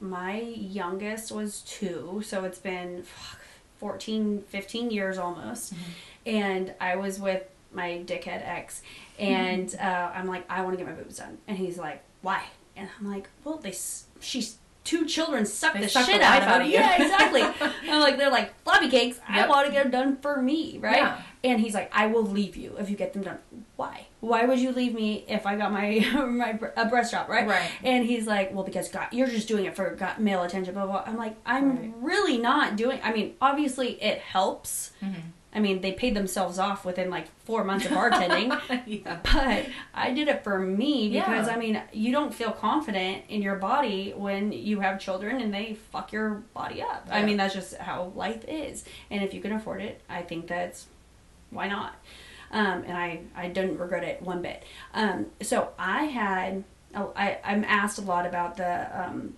S1: my youngest was two, so it's been fuck, 14, 15 years almost,
S2: Mm-hmm.
S1: and I was with my dickhead ex, and
S2: Mm-hmm.
S1: uh, I'm like, I want to get my boobs done, and he's like, why? And I'm like, well, they s- she's. Two children suck
S2: They
S1: the
S2: suck the
S1: shit out,
S2: life
S1: of
S2: out
S1: her.
S2: of you.
S1: Yeah, exactly. I'm like, they're like floppy cakes. I
S2: Yep.
S1: want to get them done for me, right?
S2: Yeah.
S1: And he's like, I will leave you if you get them done. Why? Why would you leave me if I got my my br- a breast job, right?
S2: Right.
S1: And he's like, well, because God, you're just doing it for God, male attention, blah, blah. I'm like, I'm
S2: Right.
S1: really not doing. I mean, obviously it helps.
S2: Mhm.
S1: I mean, they paid themselves off within like four months of bartending.
S2: yeah.
S1: But I did it for me because
S2: Yeah.
S1: I mean, you don't feel confident in your body when you have children and they fuck your body up. I
S2: Yeah.
S1: mean, that's just how life is. And if you can afford it, I think that's why not. Um, and I I didn't regret it one bit. Um, so I had oh, I I'm asked a lot about the um,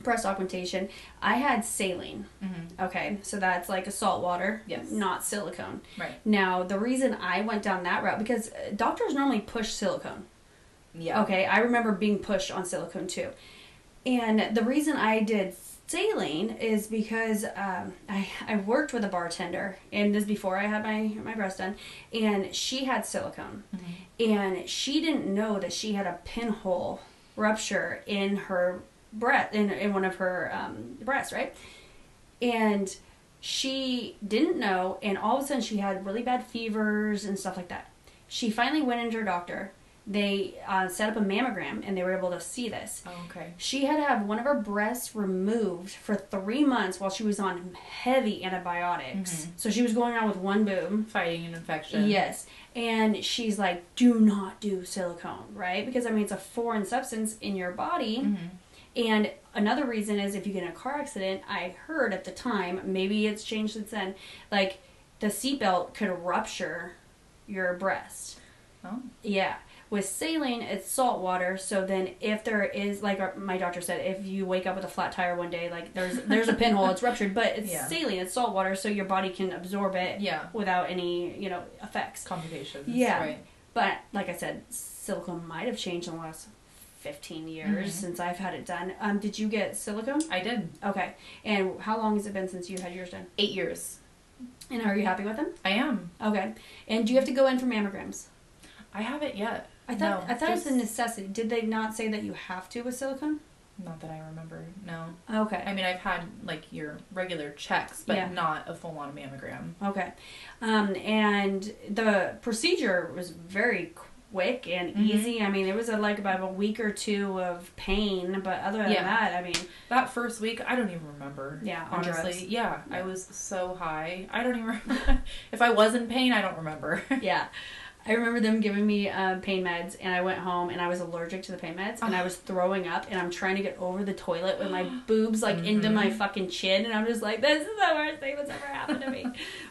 S1: breast augmentation. I had saline.
S2: Mhm.
S1: Okay, so that's like a salt water,
S2: Yes.
S1: not silicone.
S2: Right.
S1: Now, the reason I went down that route because uh, doctors normally push silicone.
S2: Yeah.
S1: Okay, I remember being pushed on silicone too. And the reason I did saline is because um, I, I worked with a bartender, and this is before I had my, my breast done, and she had silicone. And she didn't know that she had a pinhole rupture in her breast, in, in one of her um, breasts, right? and she didn't know and all of a sudden she had really bad fevers and stuff like that she finally went into her doctor they uh, set up a mammogram and they were able to see this
S2: Oh, okay.
S1: she had to have one of her breasts removed for three months while she was on heavy antibiotics so she was going around with one boob
S2: Fighting an infection.
S1: Yes. And she's like, do not do silicone, right? Because, I mean, it's a foreign substance in your body.
S2: Mm-hmm.
S1: And another reason is if you get in a car accident, I heard at the time, maybe it's changed since then, like the seatbelt could rupture your breast.
S2: Oh.
S1: Yeah. With saline, it's salt water. So then, if there is, like our, my doctor said, if you wake up with a flat tire one day, like there's there's a pinhole, it's ruptured, but it's
S2: Yeah.
S1: saline, it's salt water, so your body can absorb it
S2: Yeah.
S1: without any you know effects.
S2: Complications.
S1: Yeah.
S2: Right.
S1: But like I said, silicone might have changed in the last fifteen years
S2: Mhm.
S1: since I've had it done. Um, did you get silicone?
S2: I did
S1: Okay, and how long has it been since you had yours done?
S2: eight years.
S1: And are you happy with them?
S2: I am.
S1: Okay, and do you have to go in for mammograms?
S2: I haven't yet.
S1: I thought
S2: No,
S1: I thought it's a
S2: just-
S1: necessity. Did they not say that you have to with silicone?
S2: Not that I remember. No. I
S1: Okay.
S2: mean, I've had like your regular checks, but
S1: Yeah.
S2: not a full on mammogram.
S1: Okay. Um, and the procedure was very quick and
S2: Mhm.
S1: easy. I mean, it was a, like about a week or two of pain, but other than
S2: Yeah.
S1: that, I mean,
S2: That first week, I don't even remember.
S1: Yeah, on drugs.
S2: honestly, yeah, I was so high. I don't even remember. if I was in pain, I don't remember.
S1: yeah. I remember them giving me um, pain meds, and I went home, and I was allergic to the pain meds, and I
S2: Uh-huh.
S1: was throwing up, and I'm trying to get over the toilet with my boobs like into my
S2: Mm-hmm.
S1: fucking chin, and I'm just like, this is the worst thing that's ever happened to me.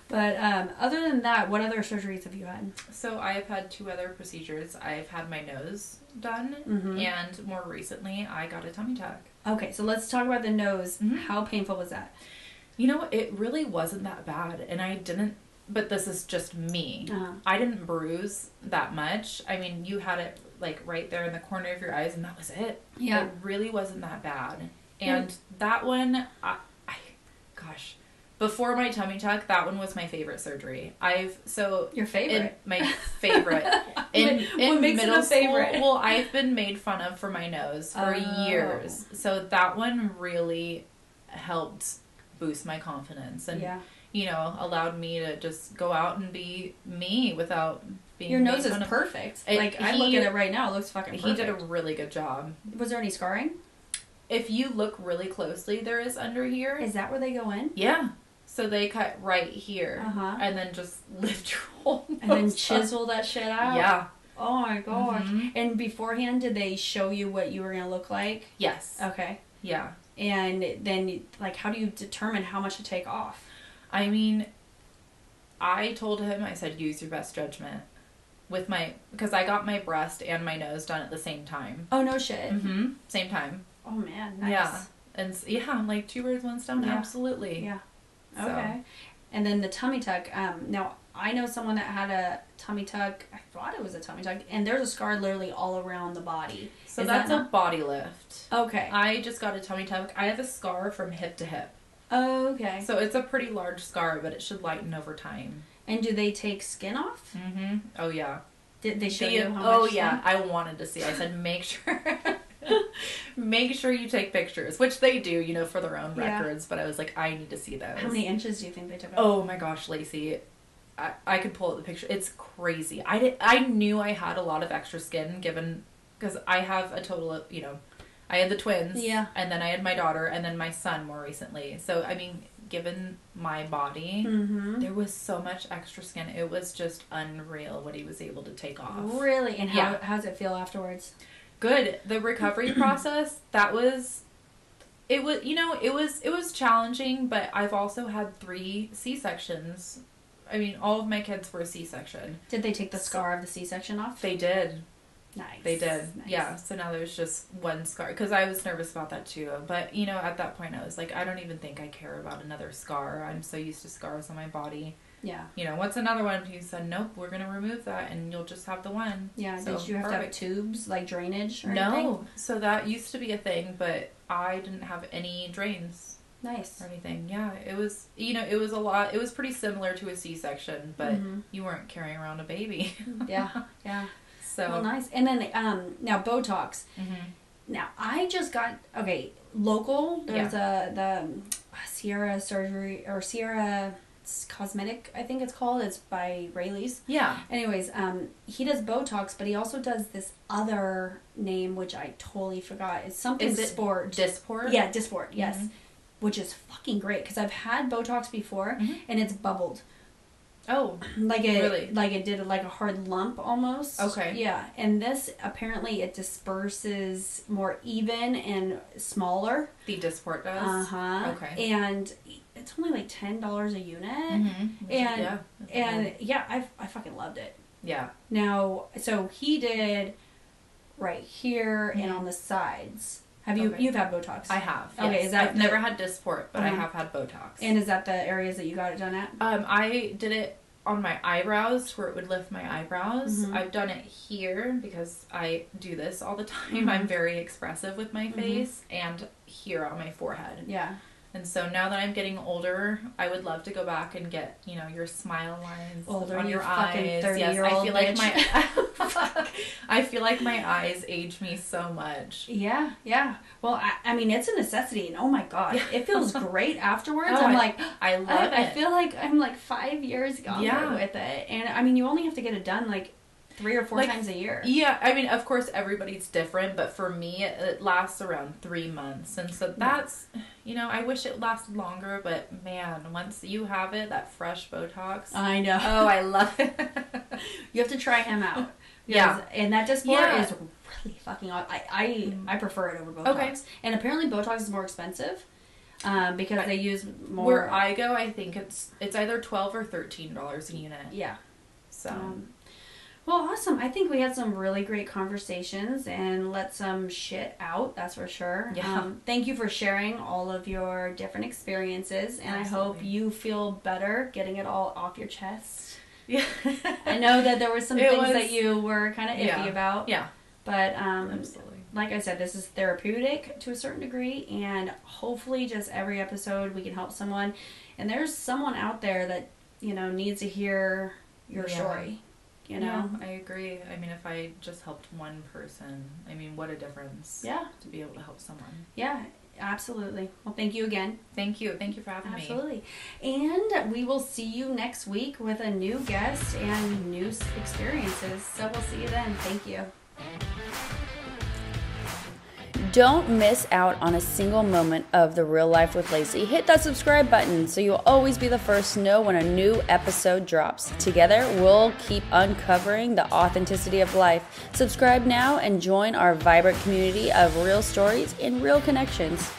S1: but um, other than that, what other surgeries have you had?
S2: So I have had two other procedures. I've had my nose done,
S1: Mhm.
S2: and more recently, I got a tummy tuck.
S1: Okay, so let's talk about the nose.
S2: Mhm.
S1: How painful was that?
S2: You know, it really wasn't that bad, and I didn't. But this is just me.
S1: Uh-huh.
S2: I didn't bruise that much. I mean, you had it like right there in the corner of your eyes, and that was it.
S1: Yeah.
S2: it really wasn't that bad. And that one, I, I, gosh, before my tummy tuck, that one was my favorite surgery. I've so
S1: Your favorite.
S2: in my favorite in,
S1: What-
S2: in
S1: what makes it
S2: middle
S1: a favorite?
S2: school. Well, I've been made fun of for my nose for
S1: Oh.
S2: years, so that one really helped boost my confidence and
S1: yeah.
S2: you know allowed me to just go out and be me without being
S1: Your nose
S2: made
S1: is
S2: fun of.
S1: perfect.
S2: It-
S1: like I
S2: he-
S1: look at it right now, it looks fucking
S2: He
S1: perfect.
S2: did a really good job.
S1: Was there any scarring?
S2: If you look really closely, there is under here.
S1: Is that where they go in?
S2: Yeah. So they cut right here
S1: Uh-huh.
S2: and then just lift your whole
S1: And then
S2: nose up.
S1: chisel that shit out?
S2: Yeah.
S1: Oh my gosh.
S2: Mhm.
S1: And beforehand did they show you what you were gonna look like?
S2: Yes.
S1: Okay.
S2: Yeah.
S1: And then like how do you determine how much to take off?
S2: I mean, I told him, I said, use your best judgment with my, because I got my breast and my nose done at the same time.
S1: Oh no shit.
S2: hmm. Same time.
S1: Oh man, nice.
S2: Yeah. And s- yeah, I'm like two birds, one stone.
S1: Yeah.
S2: Absolutely.
S1: Yeah.
S2: So-
S1: Okay. And then the tummy tuck. Um, now I know someone that had a tummy tuck. I thought it was a tummy tuck, and there's a scar literally all around the body.
S2: So
S1: Is
S2: that's
S1: that
S2: a body lift.
S1: not- okay.
S2: I just got a tummy tuck. I have a scar from hip to hip.
S1: okay.
S2: So it's a pretty large scar, but it should lighten over time.
S1: and do they take skin off?
S2: hmm. Oh, yeah.
S1: Did they show
S2: The-
S1: you how
S2: oh
S1: much?
S2: yeah, I wanted to see. I said, make sure, make sure you take pictures, which they do, you know, for their own
S1: Yeah.
S2: records. But I was like, I need to see those.
S1: How many inches do you think they took off?
S2: Oh my gosh, Lacey, I, I could pull up the picture. It's crazy. I did. I knew I had a lot of extra skin given because I have a total of you know, I had the twins.
S1: Yeah.
S2: And then I had my daughter, and then my son more recently. So I mean, given my body.
S1: Mm-hmm.
S2: There was so much extra skin. It was just unreal what he was able to take off.
S1: Really? And how
S2: Yeah.
S1: how does it feel afterwards?
S2: good the recovery process that was it was you know it was it was challenging but i've also had three c-sections i mean all of my kids were c-section
S1: Did they take the scar of the C-section off?
S2: they did
S1: nice.
S2: they did
S1: Nice.
S2: yeah so now there's just one scar because i was nervous about that too but you know at that point i was like i don't even think i care about another scar i'm so used to scars on my body
S1: Yeah.
S2: you know what's another one he said nope we're gonna remove that and you'll just have the one
S1: Yeah.
S2: So,
S1: did you have
S2: perfect.
S1: to have tubes like drainage or anything?
S2: No, so that used to be a thing, but I didn't have any drains
S1: Nice.
S2: or anything. Yeah, it was you know it was a lot. It was pretty similar to a C-section, but
S1: Mhm.
S2: you weren't carrying around a baby.
S1: Yeah. Yeah.
S2: So
S1: Well, nice. And then um, now Botox.
S2: Mhm.
S1: Now I just got okay local. There's a the um, Sierra surgery or Sierra cosmetic. I think it's called. It's by Rayleigh's.
S2: yeah,
S1: Anyways, um, he does Botox, but he also does this other name which I totally forgot. It's something
S2: Is it
S1: sport.
S2: Dysport.
S1: Yeah, Dysport, yes.
S2: Mhm.
S1: Which is fucking great because I've had Botox before
S2: Mhm.
S1: and it's bubbled.
S2: Oh,
S1: Like it
S2: Really?
S1: like it did like a hard lump almost.
S2: Okay.
S1: Yeah. And this apparently it disperses more even and smaller.
S2: the Dysport does.
S1: Uh-huh.
S2: Okay.
S1: And it's only like ten dollars a unit.
S2: Mhm.
S1: And
S2: yeah, that's
S1: and
S2: good.
S1: yeah, I've I fucking loved it.
S2: Yeah.
S1: Now, so he did right here and on the sides. Have you
S2: Mm-hmm. Okay.
S1: you've had Botox?
S2: I have.
S1: Okay,
S2: yes.
S1: is that
S2: I've
S1: the-
S2: never had Dysport, but I
S1: Uh-huh.
S2: have had Botox.
S1: And is that the areas that you got it done at?
S2: um, I did it on my eyebrows where it would lift my eyebrows.
S1: Mm-hmm.
S2: I've done it here because I do this all the time.
S1: Mm-hmm.
S2: I'm very expressive with my face and here on my forehead.
S1: Yeah.
S2: And so now that I'm getting older, I would love to go back and get, you know, your smile lines
S1: Older,
S2: on
S1: you
S2: your
S1: fucking
S2: eyes.
S1: 30
S2: Yes,
S1: year
S2: I
S1: old
S2: feel like my
S1: bitch.
S2: Fuck. I feel like my eyes age me so much.
S1: Yeah, yeah. Well, I, I mean, it's a necessity, and oh my god, it feels great afterwards.
S2: Oh,
S1: I'm
S2: I-
S1: like,
S2: I love
S1: I, I
S2: it.
S1: feel like I'm like five years gone
S2: Yeah.
S1: with it, and I mean, you only have to get it done like three or four
S2: Like,
S1: times a year.
S2: Yeah, I mean, of course, everybody's different, but for me, it, it lasts around three months. And so that's, you know, I wish it lasted longer, but man, once you have it, that fresh Botox.
S1: I know.
S2: oh, I love it.
S1: You have to try him out.
S2: Yeah.
S1: Because- and that Dysport
S2: Yeah. Mm-hmm.
S1: is really fucking. aw- I I, I prefer it over Botox.
S2: Okay.
S1: And apparently, Botox is more expensive um, because they use more.
S2: Where I go, I think it's it's either twelve or thirteen dollars a unit.
S1: yeah.
S2: So
S1: Um, well, awesome. I think we had some really great conversations and let some shit out, that's for sure.
S2: Yeah.
S1: Um, thank you for sharing all of your different experiences, and I hope
S2: Absolutely.
S1: you feel better getting it all off your chest.
S2: yeah,
S1: I know that there were some
S2: It
S1: things
S2: was-
S1: that you were kind of iffy
S2: Yeah.
S1: about,
S2: yeah,
S1: but um,
S2: absolutely.
S1: like I said, this is therapeutic to a certain degree, and hopefully, just every episode we can help someone. And there's someone out there that you know needs to hear your
S2: Yeah.
S1: story. You know,
S2: yeah, I agree. I mean, if I just helped one person, I mean, what a difference.
S1: yeah,
S2: to be able to help someone.
S1: yeah, absolutely. Well, thank you again.
S2: Thank you, thank you for having me.
S1: Absolutely, and we will see you next week with a new guest and new s- experiences. So we'll see you then. Thank you.
S3: Don't miss out on a single moment of The Real Life with Lacey. Hit that subscribe button so you'll always be the first to know when a new episode drops. Together, we'll keep uncovering the authenticity of life. Subscribe now and join our vibrant community of real stories and real connections.